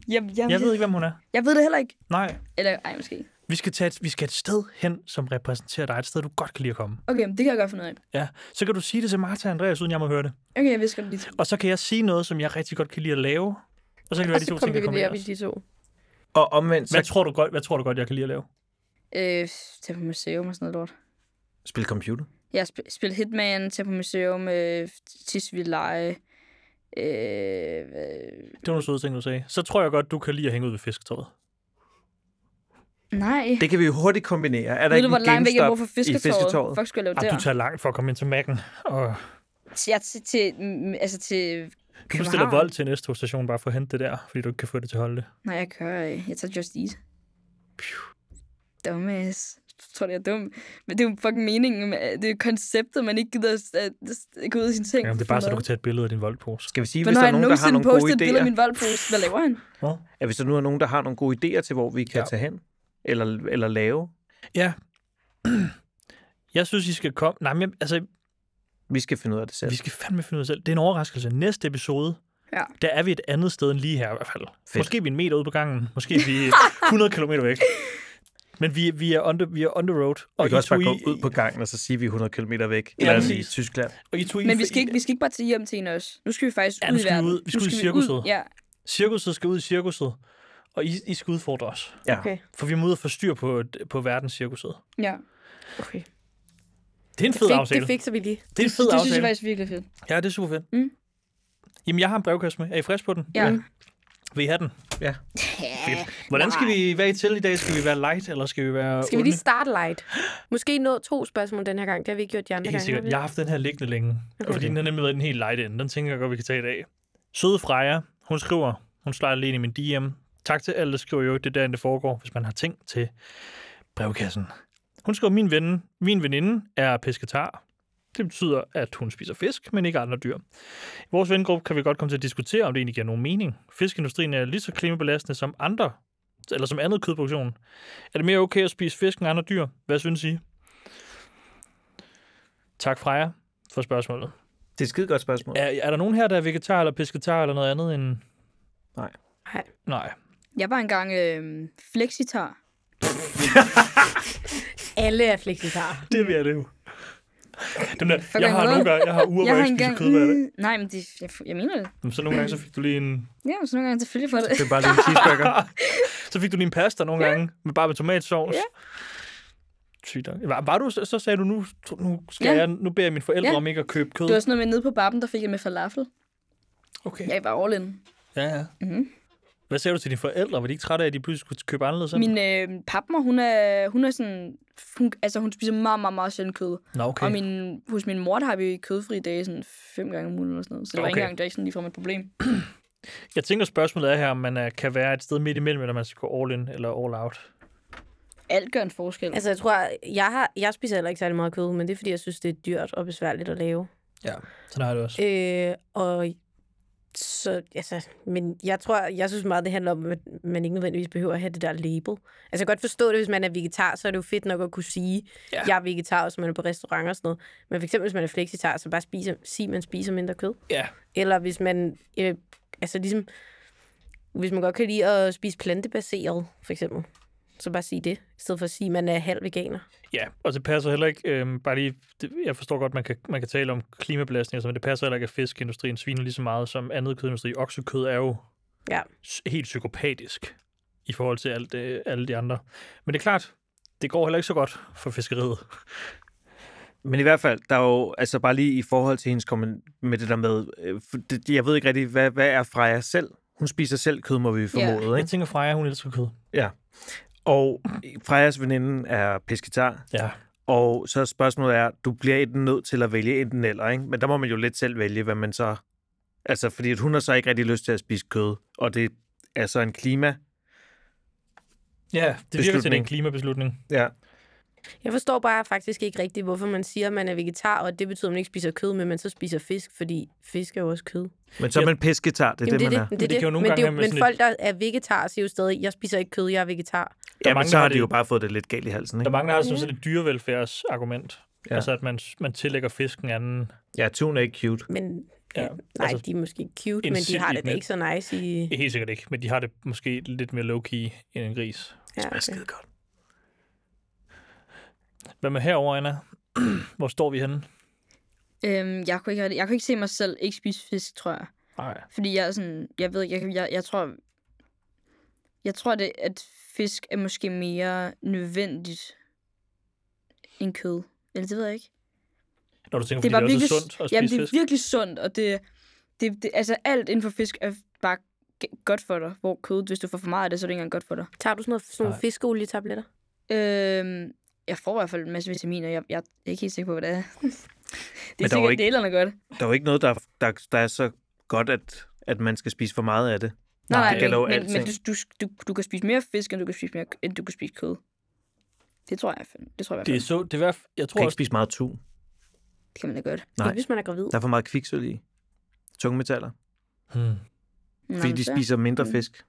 Jeg, jeg,
Jeg ved ikke, hvem hun er.
jeg ved det heller ikke.
Nej.
Eller, ej, måske. ikke.
Vi skal, tage et, vi skal et sted hen, som repræsenterer dig. Et sted, du godt kan lide at komme.
Okay, men det kan jeg godt finde ud af.
Ja. Så kan du sige det til Martha og Andreas, uden jeg må høre det.
Okay, jeg visker det lige. til.
Og så kan jeg sige noget, som jeg rigtig godt kan lide at lave. Og så kan det være,
Og
de
så
to ting, der
kombinerer
kommer
vi
i os.
de to.
Og omvendt,
hvad
så
tror, du godt, hvad tror du godt, jeg kan lide at lave?
Øh, tag på museum og sådan noget lort.
spil computer.
Jeg har sp- spillet Hitman, tag på museum, øh, Tisvildeleje. Øh, øh,
Det var nogle søde ting, du sagde. Så tror jeg godt, du kan lide at hænge ud ved fisketøjet.
nej.
Det kan vi jo hurtigt kombinere. Er der
Ved
ikke
du, hvor
en
langt væk jeg bor
GameStop
fra fisketåret?
i fisketåret?
Fuck, skulle jeg lave
Ej,
der?
Ah, du tager langt for at komme ind til Mac'en. Og
Til- Jeg til, til, mm, altså til
du
København.
bestiller vold til en S-togstation bare for at hente det der, fordi du ikke kan få det til at holde det.
Nej, jeg kører ikke. Jeg tager Just Eat. Dumbass. Jeg tror, det er dumt. Men det er jo fucking meningen. med- Det er jo konceptet, man ikke gider at- at at gå ud af sin seng.
Jamen, det er bare så, du kan tage et billede af din voldpose.
Skal vi sige,
Hvornår
hvis der
har
er
jeg
nogen, der har
nogensinde
nogle gode
postet et billede af
idéer?
min voldpose? Hvad laver han?
Ja, hvis der nu er nogen, der har nogle gode idéer til, hvor vi kan
Ja.
ja. tage hen eller, eller lave.
Ja. Jeg synes, I skal komme... Nej, men jeg- altså,
Vi skal finde ud af det selv.
vi skal fandme finde ud af selv. Det er en overraskelse. Næste episode,
Ja.
der er vi et andet sted end lige her i hvert fald. Fedt.
Fedt.
Måske er vi en meter ude på gangen. Måske er vi 100 km væk. Men vi, vi, er, on the, vi er on the road.
Og vi kan
I
også bare
to, I-
gå ud på gangen, og så sige, at vi er 100 km væk. Ja, eller i
præcis.
Tyskland.
Og I to, I-
Men vi skal, ikke, vi skal ikke bare tage hjem til en af os. Nu skal vi faktisk
Ja, nu
ud i
skal vi
verden.
ud. Vi skal ud i cirkuset.
Ja.
Cirkuset skal ud i cirkuset, og I, I skal udfordre os.
Ja.
Okay.
For vi må ud og få styr på, på verdenscirkuset.
ja.
Okay.
Det er en fed
Fik,
aftale.
det fikser vi lige.
det er en fed
Det synes jeg
aftale.
faktisk er virkelig fedt.
Ja, det er super fedt.
Mm.
Jamen, jeg har en brevkasse med. Er I friske på den?
Ja.
Vil I have den?
Ja.
Fedt. Hvordan skal vi være i til i dag? Skal vi være light, eller skal vi være
Skal vi
onde?
lige starte light? Måske nå to spørgsmål den her gang. Det har vi ikke gjort de andre
Helt
gange. har
sikkert.
vi?
Jeg har haft den her liggende længe, okay. fordi den har nemlig været i den helt light ende. Den tænker jeg godt, vi kan tage i dag. Søde Freja, hun skriver, hun slår lige ind i min DM. Tak til alle, der skriver jo, det er derinde, det foregår, hvis man har ting til brevkassen. Hun skriver, min ven, min veninde er pesketar. Det betyder, at hun spiser fisk, men ikke andre dyr. I vores vengruppe kan vi godt komme til at diskutere, om det egentlig giver nogen mening. Fiskeindustrien er lige så klimabelastende som andre, eller som andet kødproduktion. Er det mere okay at spise fisk end andre dyr? Hvad synes I? Tak Freja for spørgsmålet.
Det er et skide godt spørgsmål.
Er, er der nogen her, der er vegetar eller pesketar eller noget andet end...
Nej.
Nej.
Nej.
Jeg var engang øh, flexitar.
Alle er fleksitar.
Det vil jeg det jo. Den der,
Fucking
jeg har
noget.
nogle gange, jeg har uger, hvor jeg ikke spiser kød hver dag.
Nej, men det, jeg, jeg mener det.
Men Så nogle gange, så fik du lige en,
Ja, så nogle gange selvfølgelig for det.
Det er bare lige en cheeseburger.
så fik du lige en pasta nogle gange, med bare med tomatsovs.
Ja.
Sygt nok. Var, var du, så så sagde du, nu, nu, skal
Ja.
jeg, nu beder jeg mine forældre
Ja.
om ikke at købe kød.
Det var sådan noget med nede på bappen, der fik jeg med falafel.
Okay.
Jeg var all in.
Ja, ja.
Mhm.
Hvad sagde du til dine forældre? Var de ikke trætte af, at de pludselig skulle købe anderledes? end?
Min øh, papmor, hun er, hun er sådan... Hun, altså, hun spiser meget, meget, meget sjældent kød.
Nå, okay.
Okay. Og min, hos min mor, der har vi kødfri dage sådan fem gange om ugen eller sådan noget. Så det var ikke
Okay.
engang, det var ikke sådan ligefrem et problem.
Jeg tænker, spørgsmålet er her, om man øh, kan være et sted midt imellem, eller man skal gå all in eller all out.
Alt gør en forskel.
Altså,
Altså,
jeg tror, jeg, har, jeg spiser heller ikke særlig meget kød, men det er, fordi jeg synes, det er dyrt og besværligt at lave.
Ja. Sådan har jeg det også.
Øh, og så, altså, men jeg tror, jeg synes meget, det handler om, at man ikke nødvendigvis behøver at have det der label. Altså, jeg kan godt forstå det, hvis man er vegetar, så er det jo fedt nok at kunne sige,
Ja.
ja. jeg er vegetar, hvis man er på restaurant og sådan noget. Men for eksempel, hvis man er flexitar, så bare spise, sig, man spiser mindre kød.
Ja.
Eller hvis man, øh, altså ligesom, hvis man godt kan lide at spise plantebaseret, for eksempel, så bare sige det, i stedet for at sige, at man er halv veganer.
Ja, og det passer heller ikke, øhm, bare lige, det, jeg forstår godt, man kan, man kan tale om klimabelastning, og sådan, men det passer heller ikke, at fiskeindustrien sviner lige så meget som andet kødindustri. Oksekød er jo
Ja.
s- helt psykopatisk i forhold til alt, øh, alle de andre. Men det er klart, det går heller ikke så godt for fiskeriet.
Men i hvert fald, der er jo, altså bare lige i forhold til hendes komment med det der med, øh, for det, jeg ved ikke rigtig, hvad, hvad er Freja selv? Hun spiser selv kød, må vi formode, yeah.
Jeg
ikke?
tænker, Freja, hun elsker kød.
Og Frejas veninde er pesketar,
Ja.
og så spørgsmålet er, du bliver enten nødt til at vælge enten eller, ikke? Men der må man jo lidt selv vælge, hvad man så... Altså, fordi at hun har så ikke rigtig lyst til at spise kød, og det er så en klima...
Ja, det virker til, det er en
Beslutning.
klimabeslutning.
Ja.
Jeg forstår bare faktisk ikke rigtigt, hvorfor man siger, at man er vegetar, og det betyder, at man ikke spiser kød, men man så spiser fisk, fordi fisk er jo også kød.
Men så er
Ja.
man pesketar, det er det, man er.
det,
det kan jo nogle
men,
gange
det er
være med
men
sådan
folk, der er vegetar, siger jo stadig, jeg spiser ikke kød, jeg er vegetar.
Der er
Ja, men
mange,
så
der
har
har
de
det-
jo bare fået det lidt galt i halsen,
Der er
ikke?
mange, der har sådan set et dyrevelfærdsargument. Ja.
Ja.
Altså, at man, man tillægger fisken anden
Ja, tun er ikke cute.
Men
Ja,
ja, nej,
altså,
altså, de er måske cute,
en
men de har
sild i
det da
den.
ikke så nice i...
Helt sikkert ikke, men de har det måske lidt mere low-key end en gris.
Ja,
Det er
Altså.
okay.
skide godt.
Hvad med herover, Anna? Hvor står vi henne?
øhm, jeg, kunne ikke, rigtig- jeg kunne ikke se mig selv ikke spise fisk, tror jeg.
Nej.
Fordi jeg er sådan, jeg ved, ikke, jeg, jeg, jeg tror, jeg tror det, at fisk er måske mere nødvendigt end kød. Eller det ved jeg ikke.
Når du tænker,
Det
fordi
er
det er,
bare
det er
virkelig,
også sundt at
jamen,
spise
det er
fisk.
virkelig sundt, og det, det, det, altså alt inden for fisk er bare g- godt for dig. Hvor kød, hvis du får for meget af det, så er det ikke engang godt for dig.
Tager du sådan, noget, sådan nogle fiskeolietabletter?
Øhm, jeg får i hvert fald en masse vitaminer. Jeg, jeg er ikke helt sikker på, hvad det er. det er
der var ikke-
sikkert ikke... det er godt.
Der er jo ikke noget, der, der, der er så godt, at, at man skal spise for meget af det.
Nej, nej,
det gælder jo
men, men, men
alting.
du, du, du, du, kan spise mere fisk, end du kan spise, mere, end du kan spise kød. Det tror jeg, det tror jeg i hvert
Det
fald.
er så, det er, i hvert fald- jeg
Du kan
tror
ikke
også,
spise meget tun.
Det kan man da godt.
Nej.
Ikke, hvis man er gravid.
Der er for meget kviksøl i. Tungmetaller.
hmm.
Nå,
Fordi
men
de
så-
spiser mindre
Mm.
fisk.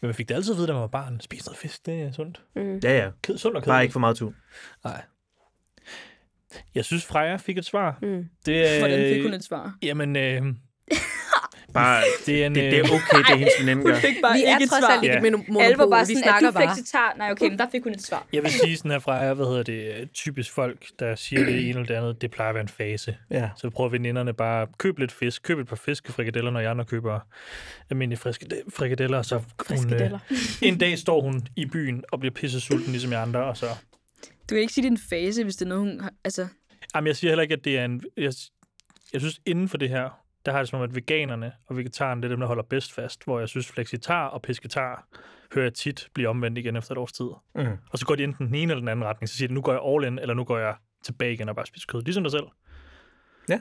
men man fik det altid at vide, da man var barn. Spis noget fisk, det er sundt.
Mm.
Ja, ja.
Ked, sundt og
Bare
kedeligt.
ikke for meget tun.
Nej. Jeg synes, Freja fik et svar.
Mm.
Det, øh,
Hvordan fik hun et svar?
Jamen, øh,
Bare,
det er en... øh,
det, det er okay, det hendes veninde gør.
fik bare
Vi er trods alt ikke
Ja.
ja. med monopol.
Alle var bare
vi
sådan,
snakker
at du
bare.
fik tar. Nej, okay, men der fik hun et svar.
Jeg vil sige sådan her, Freja, hvad hedder det, typisk folk, der siger det ene eller det andet, det plejer at være en fase.
Ja.
Så prøver veninderne bare at købe lidt fisk, købe et par fiskefrikadeller, når jeg andre køber almindelige friske frikadeller, og så hun, øh,
Frikadeller.
en dag står hun i byen og bliver pissesulten ligesom jeg andre, og så...
Du kan ikke sige, det er en fase, hvis det er noget, hun... har- Altså,
Jamen, jeg siger heller ikke, at det er en... Jeg, jeg synes, inden for det her, der har jeg det som om, at veganerne og vegetarerne, det er dem, der holder bedst fast, hvor jeg synes, flexitar og pesketar hører jeg tit blive omvendt igen efter et års tid.
Mm.
Og så går de enten den ene eller den anden retning. Så siger de, nu går jeg all in, eller nu går jeg tilbage igen og bare spiser kød. Ligesom dig selv.
jeg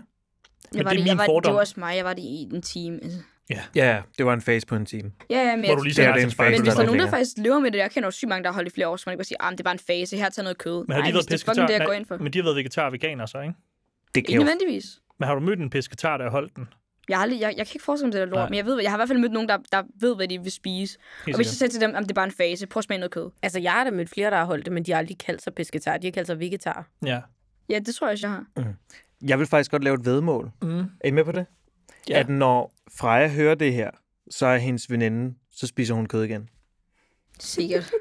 Men
var
det er min
jeg var,
fordom.
Det var også mig, jeg var det i en time. Altså.
Ja, det var en fase på en time.
Ja, ja, men,
Hvor
jeg,
du lige
Det
sagde
er
nej
det
til
en
spejlet.
fejl.
men hvis der er
lidt
nogen, der
længere.
faktisk lever med det, jeg kender jo sygt mange, der har holdt i flere år, så man ikke bare siger, ah, men det er bare en fase, her tager noget kød.
Men har
Nej,
de været
hvis det er fucking
pesketar?
det, jeg går
Nej,
ind for.
men de har været vegetar og veganer så, ikke?
Det kan
Ikke
jo...
nødvendigvis.
Men har du mødt en pesketar, der har holdt den?
Jeg, har aldrig, jeg, jeg kan ikke forestille mig det der lort,
Nej.
men jeg, ved, hvad- jeg har i hvert fald mødt nogen, der, der ved, hvad de vil spise.
Helt
og hvis jeg
sikkert.
siger
"Ah,
til dem, at det er bare en fase, prøv at smage noget kød.
Altså, jeg har da mødt flere, der har holdt det, men de har aldrig kaldt sig pesketar. De har kaldt sig vegetar.
Ja.
Ja, det tror jeg også, jeg har.
Jeg vil faktisk godt lave et vedmål.
Mm.
Er I med på det?
Ja.
At når Freja hører det her, så er hendes veninde, så spiser hun kød igen.
Sikkert.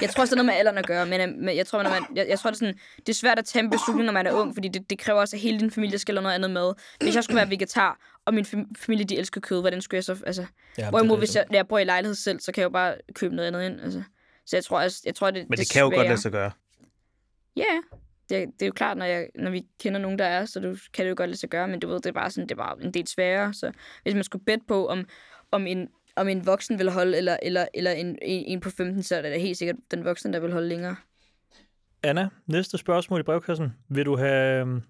Jeg tror også, det er noget med alderen at gøre,
øhm,
men, øh, men jeg tror, når man, jeg, jeg tror det, er sådan, det er svært at tage en beslutning, når man er ung, fordi det, det kræver også, at hele din familie skal lave noget andet med. Hvis jeg skulle være vegetar, og min fam- familie de elsker kød, hvordan skulle jeg så... Altså,
ja
hvorimod, hvis jeg, når jeg bor i lejlighed selv, så kan jeg jo bare købe noget andet ind. Altså. Så jeg tror, altså, jeg tror det det
Men det, det kan jo godt
sværere-
lade sig gøre.
Ja, yeah. det, det er jo klart, når, jeg, når vi kender nogen, der er, så du, kan det jo godt lade sig gøre, men du ved, det er bare sådan, det er bare en del sværere. Så hvis man skulle bedte på, om, om, en, om en voksen vil holde, eller, eller, eller en, en, en på 15, så er det da helt sikkert den voksne, der vil holde længere.
Anna, næste spørgsmål i brevkassen. Vil du have øhm,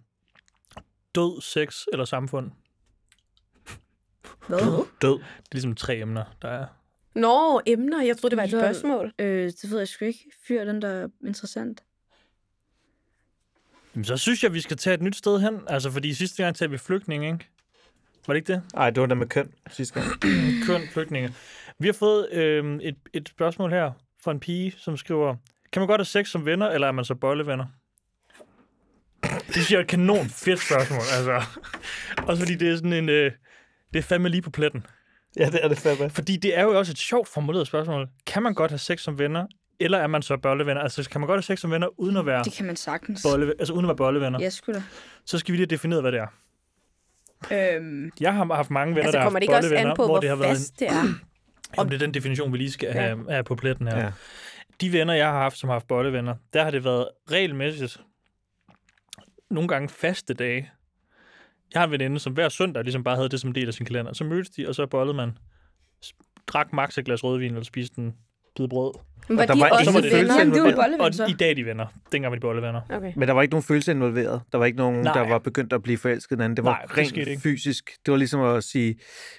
død, sex eller samfund? Det
Hvad?
Død.
er ligesom tre emner, der er.
Nå, emner. Jeg troede, det var et
Lol.
spørgsmål.
øh, det ved jeg sgu ikke. Fyr den, der er interessant.
Jamen, så synes jeg, vi skal tage et nyt sted hen. Altså, fordi sidste gang tager vi flygtninge, ikke? Var det ikke det?
Ej, det var da med køn sidste gang.
Køn flygtninge. Vi har fået øhm, et, et spørgsmål her fra en pige, som skriver, kan man godt have sex som venner, eller er man så bollevenner? Det synes jeg er et kanon fedt spørgsmål, altså. Også fordi det er sådan en... Øh, det er fandme lige på pletten.
ja, det er det fandme.
Fordi det er jo også et sjovt formuleret spørgsmål. Kan man godt have sex som venner, eller er man så bollevenner? Altså, kan man godt have sex som venner, uden at være,
Det kan man sagtens.
bolle, altså, uden at være bollevenner?
Ja, sgu da.
Så skal vi lige have defineret, hvad det er.
Øhm,
Jeg har haft mange venner,
Altså,
der har
kommer
haft
det ikke også
bollevenner,
an på,
hvor
hvor
det har været en,
fast det er?
Jamen, det er den definition, vi lige skal have, have på pletten her.
Ja.
Ja. De venner, jeg har haft, som har haft bollevenner, der har det været regelmæssigt nogle gange faste dage. Jeg har en veninde, som hver søndag ligesom bare havde det som en del af sin kalender. Så mødtes de, og så bollede man. S- Drak max et glas rødvin, eller spiste en bid brød.
Var
Mm. der
de
var- der
også
var det
venner?
følelse-
jamen, det var
Og-
bolleven,
Og
så.
i dag er de venner. Dengang var de bollevenner.
Okay.
Men der var ikke nogen følelse involveret. Der var ikke nogen,
Nej.
Nej. der var begyndt at blive forelsket i den anden. Det var
Nej, det
Nej, rent
skete ikke.
det fysisk. Det var ligesom at sige,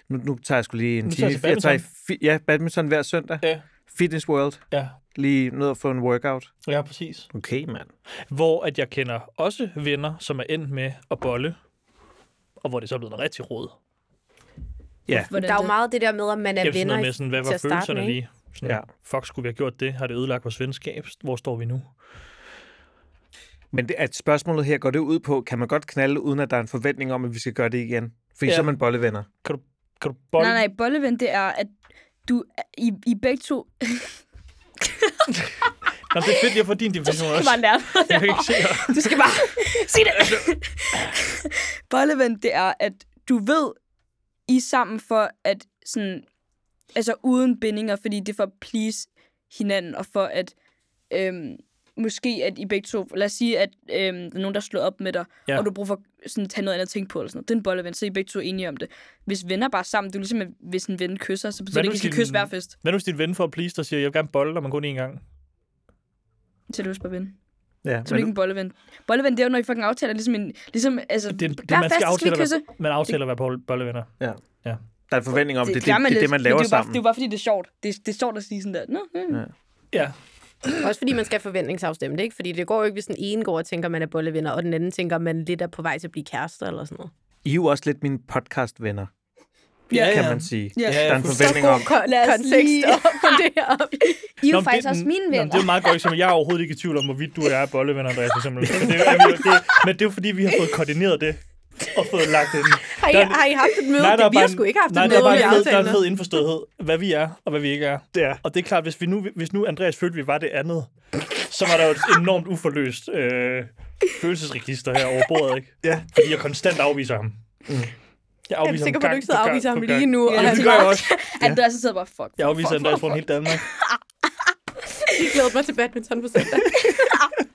nu, nu tager jeg skulle lige en
Nu tager
time.
jeg til
jeg tager i fi- ja, badminton hver søndag.
Ja.
Fitness World.
Ja,
Lige ned og få en workout.
ja præcis.
Okay, mand.
Hvor at jeg kender også venner, som er endt med at bolle. Og hvor det så er blevet noget rigtig råd.
Ja.
hvordan
Der er jo
det-
meget det der med, at man er
Ja, sådan
venner
noget med sådan, hvad
til
var
at starte
følelserne
med. ikke?
lige? Sådan, ja.
Ja.
Fuck, skulle vi have gjort det? Har det ødelagt vores venskab? Hvor står vi nu?
Men det, at spørgsmålet her går det ud på, kan man godt knalde, uden at der er en forventning om, at vi skal gøre det igen? Fordi
Ja.
ja. så er man bollevenner.
Kan du, kan du bolle?
Nej, nej, bolleven, det er, at du, I, I begge to...
Nå, det er fedt lige at få din definition
Det
også.
var nærmere.
Jeg kan ikke se dig.
Du skal bare sige det.
Altså.
Bolleven, det er, at du ved, I er sammen for at sådan... Altså uden bindinger, fordi det er for at please hinanden, og for at... Øhm, måske at I begge to... Lad os sige, at øhm, der er nogen, der slår op med dig,
Ja.
ja. og du har brug for sådan, at tage noget andet at tænke på, eller sådan noget. Det er en bolleven, så er I begge to enige om det. Hvis venner bare er sammen, du er ligesom, at hvis en ven kysser, så betyder
Hvad
det
nu
ikke, at I skal
din-
kysse hver fest.
Hvad nu hvis din ven for at please dig siger, jeg vil gerne bolle dig, men kun én gang?
Til du bare ven.
Ja,
Så er det ikke en bolleven. Bolleven, det er jo, når I fucking aftaler, ligesom en... Ligesom, altså,
Det, det,
hver
man
fest
skal
vi
aftale, at
kysse.
være- man aftaler at være bolle- bollevenner.
der er en forventning om, det, det, det,
gør
det, det er det,
lidt,
man
men
laver
det er jo bare,
sammen.
Det er jo bare, fordi det er sjovt. Det, er- det er sjovt at sige sådan der. Nå, mm.
Ja.
Ja,
Også fordi man skal forventningsafstemme det, ikke? Fordi det går jo ikke, hvis den ene går og tænker, at man er bollevenner, og den anden tænker, at man lidt er på vej til at blive kærester eller sådan noget.
I er jo også lidt mine podcastvenner,
ja,
kan man sige.
Ja.
Der er en
Så
forventning
god
om,
kon-
Lad os
kontekst
lige-
at få det op.
I er
Nå,
jo
men
faktisk
det,
også mine
nå, men
venner.
det er jo meget godt, som jeg er overhovedet ikke i tvivl om, hvorvidt du og jeg er bollevenner, Andreas, for eksempel. Men det, er- det, men det er jo fordi, vi har fået koordineret det og fået lagt det.
Har I,
Der er-
har I haft et møde?
Nej, der er
vi
bare
har
en-
sgu ikke haft
nej,
et
der
møde,
er bare
vi
en fed, der er en
aftaler.
fed indforståethed, hvad vi er og hvad vi ikke er.
Ja.
Og det er klart, hvis, vi nu, hvis nu Andreas følte, vi var det andet, så var der jo et enormt uforløst øh, følelsesregister her over bordet, ikke?
Ja.
Fordi jeg konstant afviser ham. Jeg
Jeg er
afviser ham
sikker på, at du
gang
ikke sidder
på
og
gang
afviser
på
ham
gang.
lige nu. Og
Ja,
han
det gør jeg også.
At der så sidder bare, fuck.
Jeg afviser
fuck,
Andreas
fuck,
foran hele Danmark.
glæder mig til badminton på søndag.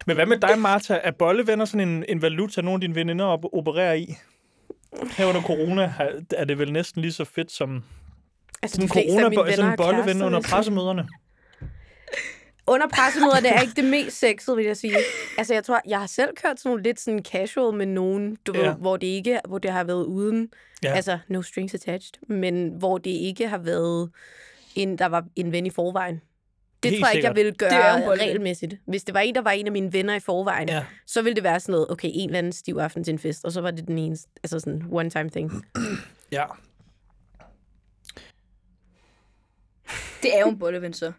Men hvad med dig, Martha? Er bollevenner sådan en, en valuta, nogle af dine veninder op- opererer i? Her under corona har- er det vel næsten lige så fedt som
Altså,
sådan
de fleste af mine
corona,
venner
sådan
er
en bolleven
kærester,
under
vil jeg sige.
pressemøderne.
Under pressemøder, det er ikke det mest sexede, vil jeg sige. Altså, jeg tror, jeg har selv kørt sådan nogle lidt sådan casual med nogen, du ja.
Ja.
ved, hvor det ikke, hvor det har været uden,
Ja.
ja. altså no strings attached, men hvor det ikke har været en, der var en ven i forvejen. Det
Helt
tror jeg ikke, jeg
sikkert.
ville
Det er jo
gøre
bolden.
regelmæssigt. Hvis det var en, der var en af mine venner i forvejen,
Ja.
ja. så ville det være sådan noget, okay, en eller anden stiv aften til en fest, og så var det den eneste, altså sådan one time thing.
Ja.
Det er jo en bolleven, så.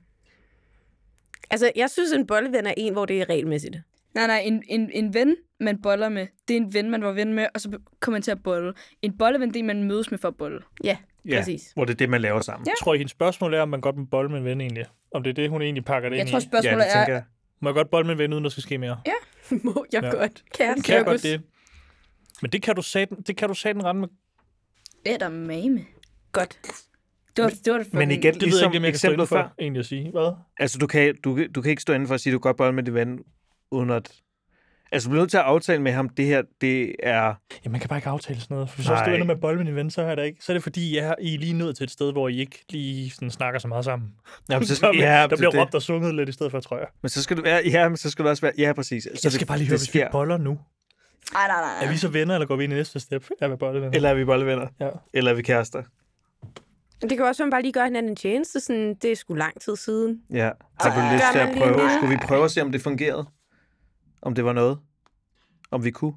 Altså, jeg synes, en bolleven er en, hvor det er regelmæssigt.
Nej, nej, en, en, en ven, man boller med, det er en ven, man var ven med, og så kommer man til at bolle. En bolleven, det er en, man mødes med for at bolle.
Ja,
Ja,
præcis.
hvor det er det, man laver sammen.
Ja.
Tror I, hendes spørgsmål er, om man godt må bolle med en ven egentlig? Om det er det, hun egentlig pakker det
Jeg
ind
tror,
i?
spørgsmålet
det
ja,
tænker
er...
jeg.
Må jeg godt bolle med en ven, uden der skal ske mere?
Må jeg
Ja.
godt. Kære
Kan jeg godt
cirkus.
det? Men det kan du satan, det kan du satan rende med.
Det er der mame.
Godt.
Det var, det var det
Men
fucking-
igen,
Det ved jeg
Ligesom
ikke, om jeg kan stå inden
eksemplet
for,
før.
egentlig at sige. Hvad?
Altså, du kan, du, kan- du kan ikke stå inden for at sige, at du kan godt bolle med din ven, uden at... Altså, du bliver nødt til at aftale med ham, det her, det er...
Ja, man kan bare ikke aftale sådan noget. For hvis jeg
Nej.
stod ender med at bolle med din ven, så er, det ikke. så er det fordi, jeg er, I er lige nået til et sted, hvor I ikke lige sådan snakker så meget sammen.
Jamen, så,
Så, ja, der
det-
bliver
det-
råbt og sunget lidt i stedet for, tror jeg.
Men så skal du være... Ja, men så skal du også være... Ja, præcis. Så
Jeg skal bare lige høre, hvis vi
sker.
boller nu.
Nej, nej, nej.
Er vi så venner, eller går vi ind i næste step? Er vi boller med
Eller er vi bollevenner?
Ja.
Eller er vi kærester?
Det kan jo også være, at man bare lige gør hinanden en tjeneste. Sådan, det er sgu lang tid siden.
Ja. Har du
Ej.
lyst
Gør
til
man
at
lige
prøve?
det?
Skulle vi prøve at se, om det fungerede? Om det var noget? Om vi kunne?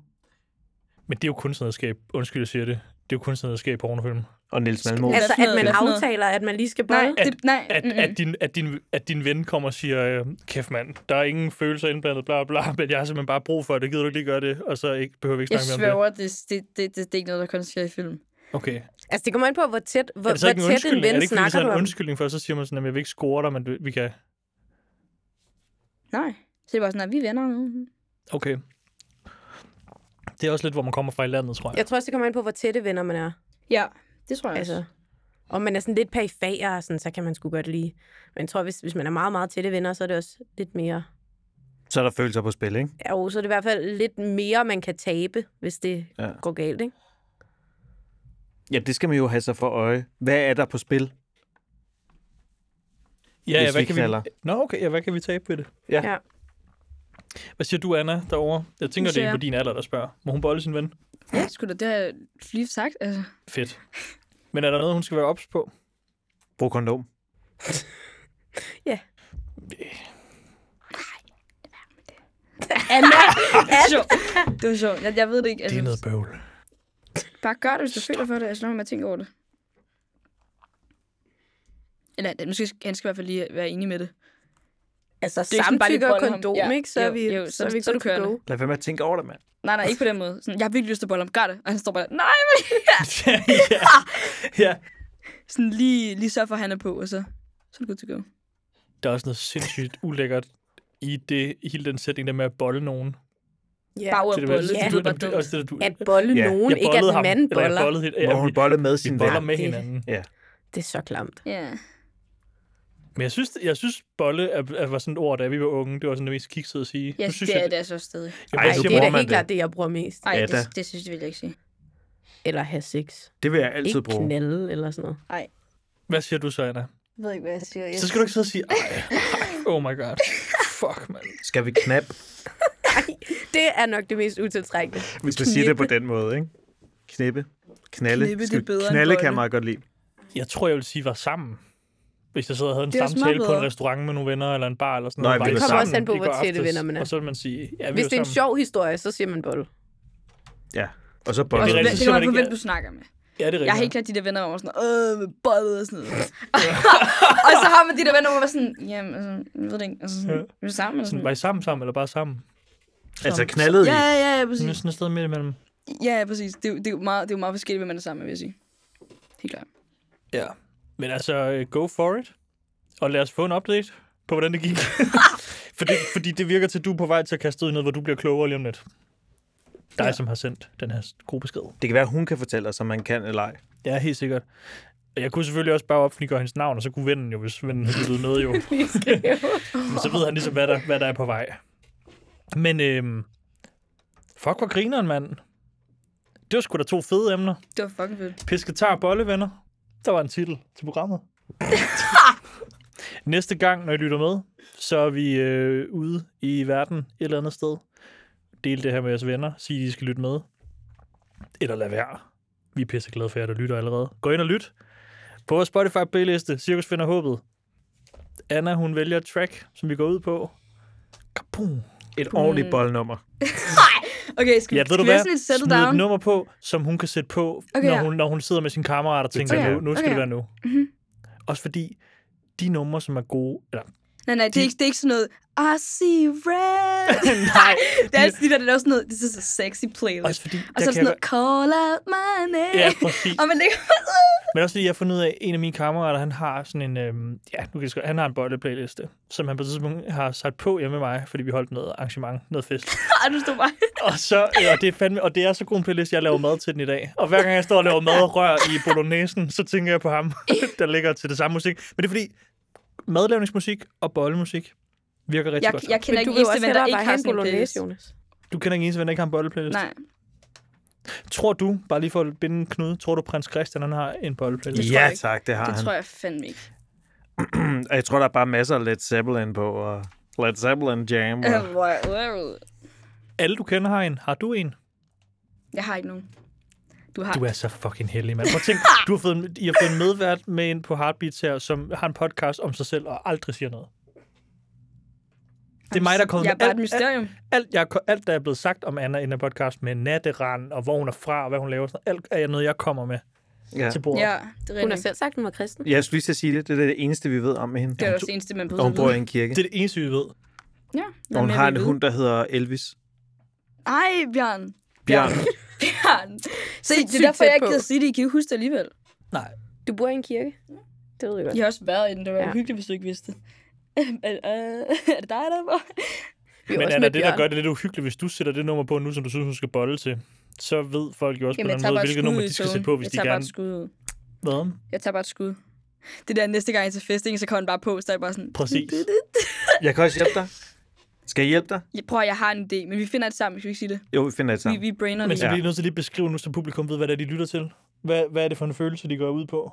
Men det er jo kunstnerskab. Undskyld, jeg siger det. Det er jo kunstnerskab i pornofilm.
Og Niels Malmo.
Hvad
Altså,
for
at
noget?
man
Hvad for noget?
aftaler, at man lige skal
Nej,
bolle.
det, nej.
At,
mm, mm.
at, din, at, din, at din ven kommer og siger, øh, kæft mand, der er ingen følelser indblandet, bla bla, men jeg har simpelthen bare brug for det. Gider du ikke lige gøre det? Og så ikke, behøver vi ikke
Jeg
snakke mere om
sværger, det, det, det, det, det, er ikke noget, der kun sker i film.
det. Okay.
Altså, det kommer an på, hvor tæt, hvor,
er det så ikke en
hvor tæt en
undskyldning? er det
ven
ikke, fordi det så
snakker
er
du
en
om.
undskyldning for, så siger man sådan, at jeg vil ikke score dig, men du- vi kan...
Nej. Så det er bare sådan, at vi er venner nu.
Okay. Det er også lidt, hvor man kommer fra i landet, tror jeg.
Jeg tror også, det kommer an på, hvor tætte venner man er.
Ja, det tror jeg altså.
Altså,
også.
om man er sådan lidt perifer, og sådan, så kan man sgu godt lige. Men jeg tror, hvis, hvis man er meget, meget tætte venner, så er det også lidt mere...
Så er der følelser på spil, ikke?
Ja, jo, så er det i hvert fald lidt mere, man kan tabe, hvis det
Ja.
ja. går galt, ikke?
Ja, det skal man jo have sig for øje. Hvad er der på spil?
Ja, ja,
hvis
hvad
vi
kan
knalder.
vi... Nå, okay, ja, hvad kan vi tabe ved det?
Ja.
Ja.
Hvad siger du, Anna, derovre? Jeg tænker, det
Nu
er
siger
en på
jeg.
din alder, der spørger. Må hun bolle sin ven?
Ja, skulle da, det har jeg lige sagt. Altså.
Fedt. Men er der noget, hun skal være ops på?
Brug kondom.
Anna! det var sjovt. Det var sjovt. Jeg, jeg ved det ikke. Altså,
bøvl.
Bare gør det, hvis du føler for det. Altså, lad mig med at tænke over det. Eller det- måske skal- han skal i hvert fald lige være enig med det.
Altså,
er ikke sådan bare lige
samtykke og
bolle ham.
kondom,
Ja.
ikke? Så er
Jo,
vi,
jo,
så,
så-
er vi
så er
good
du kørende.
to go.
Lad være med at tænke over det, mand.
Nej, nej, ikke på den måde. Sådan, jeg har virkelig lyst til at bolle om. Gør det. Og han står bare, der, nej, men...
ja. ja.
Sådan lige, lige sørg for, at han er på, og så, så er det godt til go.
Der er også noget sindssygt ulækkert i det, i hele den sætning der med at bolle nogen.
Ja.
Bare ud
Det
at
er
bolle.
Ja.
Det lyder bare
det,
dumt.
også det, der, du,
At bolle
Ja.
ja. nogen, ikke at
ham,
manden
Eller jeg
boller.
bollede, helt-
Hvor
ja,
hun
vi,
bollede med
vi
sin
boller
ven.
med
Det-
hinanden.
Det er så klamt.
Ja.
Men jeg synes, jeg synes bolle er, er, var sådan et ord, da vi var unge. Det var sådan det mest kiksede at sige.
Ja,
Nu synes
det er
jeg,
det altså også stadig.
Jamen,
Ej,
jeg
Ej,
så
siger
det
bruger
er da
bare-
man
helt
det.
klart det, jeg bruger mest.
Ej,
Ja,
det,
da.
det, synes jeg vil jeg ikke sige.
Eller have sex.
Det vil jeg altid
Ikke
bruge.
knalde eller sådan noget.
Hvad siger du så, Anna?
Jeg ved ikke, hvad jeg siger.
Så skal du ikke sidde og sige, ej, ej, oh my god, fuck, mand.
Skal vi knap,
Det er nok det mest utiltrækkende.
hvis man siger det på den måde, ikke? Knippe. Knalle.
Knippe, det er
Skal vi-
bedre end
Knalle kan
bolle.
jeg meget godt lide.
Jeg tror, jeg ville sige, var sammen. Hvis jeg sad og havde en
Det er også
samtale
meget
på en
bedre.
restaurant med nogle venner eller en bar eller
Nå,
sådan noget.
ja,
bare
vi
i
var
går
sammen.
aftes,
Kommer også an på, hvor
i går
tætte
aftes,
venner man er.
Og så vil man sige, ja, vi
Hvis
var
det er
sammen.
en sjov historie, så siger man bolle.
Ja. Og så
Og
Det
bolle.
er
det,
rigtigt,
det
så er
kommer
det
på,
ikke-
hvem du snakker med.
Ja, det er
Jeg har
rigtigt.
helt klart de der venner, hvor man var sådan, øh, med bollet og sådan noget. og så har man de der venner, hvor man var sådan, jamen, altså, jeg ved det ikke, altså, sådan, vi er sammen
Sådan,
eller sådan.
var I sammen sammen, eller bare sammen?
Altså knaldet i.
Ja, ja, ja,
Sådan
præcis.
sådan et sted midt imellem.
Ja, ja, præcis. Det, er jo- det, er jo meget, det er jo meget forskelligt, hvem man er sammen med, vil jeg sige. Helt klart.
Ja. Men altså, øh, go for it. Og lad os få en update på, hvordan det gik. fordi, fordi det virker til, at du er på vej til at kaste ud i noget, hvor du bliver klogere lige om lidt. Dig, ja. som har sendt den her gode besked.
Det kan være, hun kan fortælle os, om man kan eller ej.
Ja, helt sikkert. Jeg kunne selvfølgelig også bare offentliggøre hendes navn, og så kunne vennen jo, hvis vennen havde lyttet med jo. Men så ved han ligesom, hvad der, hvad der er på vej. Men øhm, fuck, hvor grineren, mand. Det var sgu da to fede emner.
Det var fucking fedt.
Pisketar og bollevenner. Der var en titel til programmet. Næste gang, når I lytter med, så er vi øh, ude i verden et eller andet sted. Del det her med jeres venner. Sig, at I skal lytte med. Eller lad være. Vi er pisseglade for jer, der lytter allerede. Gå ind og lyt. På vores Spotify-playliste, Cirkus finder håbet. Anna, hun vælger et track, som vi går ud på. Kaboom.
Et ordentligt boldnummer.
Okay, skal,
Ja,
ja,
ved
skal
du
vi
hvad?
næsten lidt settle
Smid et
down?
nummer på, som hun kan sætte på, okay,
Okay,
når,
ja.
hun, når hun sidder med sine kammerater og tænker,
tænker
okay,
jeg.
nu, nu skal
Okay,
det
ja. Mm-hmm.
være nu. Også fordi de numre, som er gode... Eller,
Nej, nej, det er, ikke, det er ikke sådan noget, I see red.
nej,
det er altid, det der, det er også sådan noget, this is a sexy playlist.
også fordi...
Og så er det sådan noget, call out my name.
Ja, præcis.
Og man ligger
Men også fordi jeg har fundet ud af, at en af mine kammerater, han har sådan en, øhm, ja, nu kan jeg skrive, han har en bøjleplayliste, som han på et tidspunkt har sat på hjemme med mig, fordi vi holdt noget arrangement, noget fest.
og du stod bare,
og, så, øh, og, det er fandme, og det er så god en playlist, jeg laver mad til den i dag. Og hver gang jeg står og laver mad og rør i bolognesen, så tænker jeg på ham, der ligger til det samme musik. Men det er fordi, madlavningsmusik og bollemusik virker rigtig
jeg,
godt.
jeg kender
Men du
ikke
vil jo
eneste
også
ven, der
hellere
ikke
bare have
har
en
sådan en
bolognese,
playlist.
Jonas.
Du kender ingen eneste ven, der ikke har en bolleplaylist.
Nej,
Tror du, bare lige for at binde en knude, tror du, prins Christian han har en bolleplaylist?
tror
Ja
jeg ikke.
tak, det har
det
han.
tror jeg fandme ikke.
Og jeg tror, der er bare masser af Led Zeppelin på, og Led Zeppelin Jam. Og...
Øh, hvor er- hvor er-
Alle du kender har en. Har du en?
Jeg har ikke nogen. Du har.
Du er så fucking heldig, mand. Prøv at tænk, du har fået, en- I har fået en medvært med ind på Heartbeats her, som har en podcast om sig selv og aldrig siger noget. Det er mig, der er kommet
Jeg er bare et
med alt, alt,
mysterium.
alt, jeg, er ko- alt, der er blevet sagt om Anna i den her podcast med natterand og hvor hun er fra og hvad hun laver. Sådan, alt er noget, jeg kommer med
Ja.
til bordet.
Ja, det er
Hun har
rigtigt.
selv sagt, hun var kristen.
Jeg skulle lige til at sige det. Det er det eneste, vi ved om med hende.
Det er også det eneste, man behøver
Og hun
at
bor i
vide.
en kirke.
Det er det eneste, vi ved.
Ja, hvad
Og hun
mere
har
vil
en
I vide?
hund, der hedder Elvis.
Ej, Bjørn.
Bjørn.
Bjørn. Se, det
Sygt
er derfor, jeg
tæt
ikke
på.
gider sige det. I kan jo huske det alligevel.
Nej.
Du bor i en kirke. Det ved jeg godt.
Jeg har også været i den. Det var
Ja.
ja. hyggeligt, hvis du ikke vidste det. er, øh, er det dig, der var?
Vi er
Men
også
Anna,
med
det, der
Bjørn.
gør det lidt uhyggeligt, hvis du sætter det nummer på nu, som du synes, hun skal bolle til, så ved folk jo også Jamen,
Jamen, jeg
på
tager
den måde,
bare et
hvilket
skud
nummer
ud i
de skal
tågen.
sætte på, hvis
jeg
de
tager bare
gerne...
et skud ud.
Hvad?
Jeg tager bare et skud. Det der næste gang, jeg er til fest, ikke, så kommer den bare på, så er jeg bare sådan...
Præcis.
Jeg kan også hjælpe dig. Skal jeg hjælpe dig?
Jeg prøver, jeg har en idé, men vi finder det sammen, hvis vi ikke sige det.
Jo, vi finder det
Vi,
sammen.
vi brainer
Men
det.
så
Ja.
bliver I nødt til lige at beskrive nu, så publikum ved, hvad det er, de lytter til. Hvad, hvad er det for en følelse, de går ud på?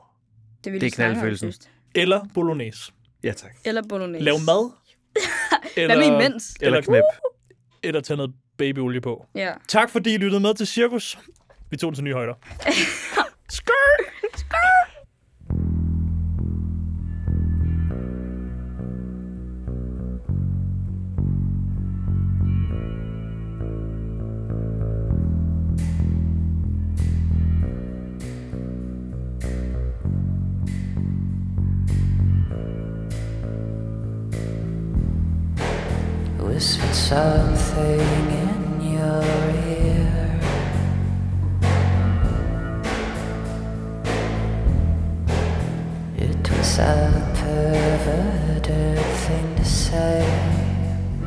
Det, vil
Det er knaldfølelsen.
Eller bolognese.
Ja, tak.
Eller bolognese.
Lav mad. eller,
Hvad med imens?
Eller knæp.
eller tage noget babyolie på.
Ja.
Tak fordi I lyttede med til Cirkus. Vi tog den til nye højder.
whispered something in your ear. It was a perverted thing to say.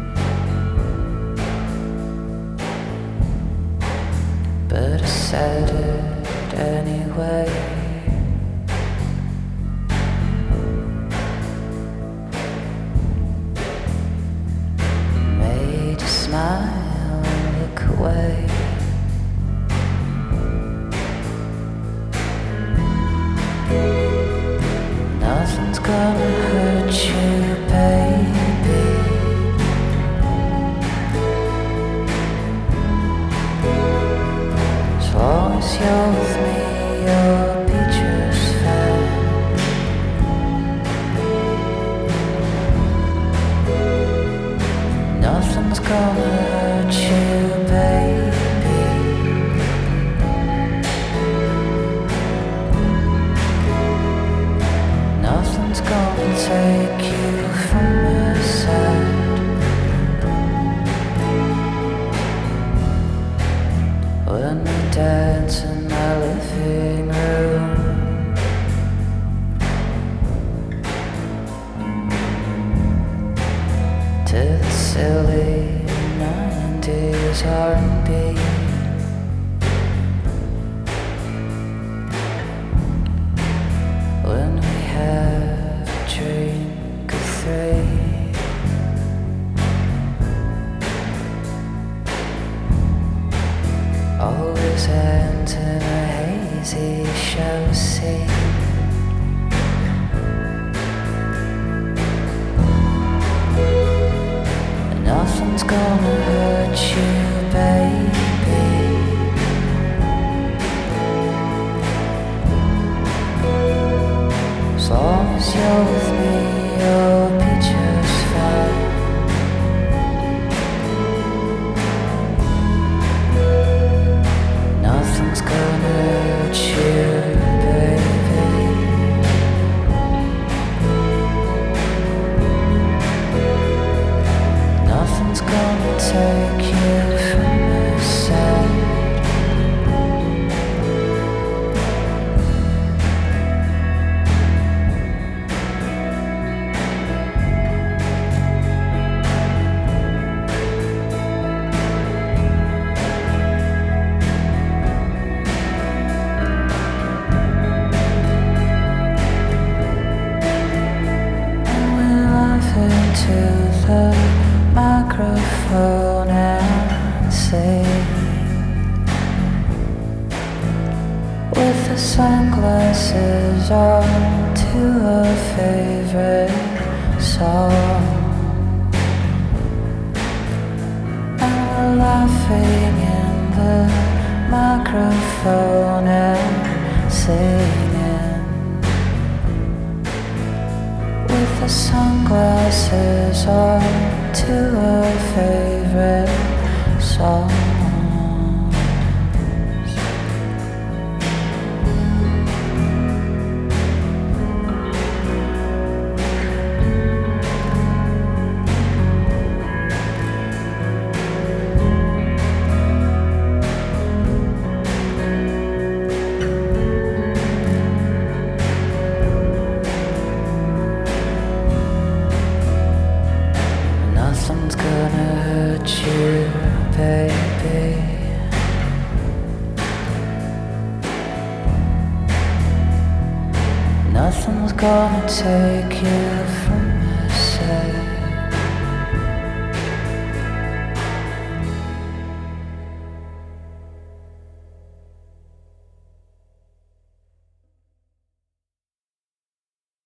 But I said it anyway. made you smile and look away. Nothing's gonna hurt you, baby. As long as you're with me, you'll be just fine. Nothing's gonna hurt you, baby. Nothing's gonna take you from my side. When we dance in my living room. to the silly 90s R&B. When we have a drink of three, always ends in a hazy show scene. Nothing's gonna hurt you, baby. As long as you're with me, you'll be to the microphone and say, with the sunglasses on, to a favorite song. And we're laughing in the microphone and singing with the sunglasses on to a favorite song. Nothing's gonna hurt you, baby. Nothing's gonna take you from my side.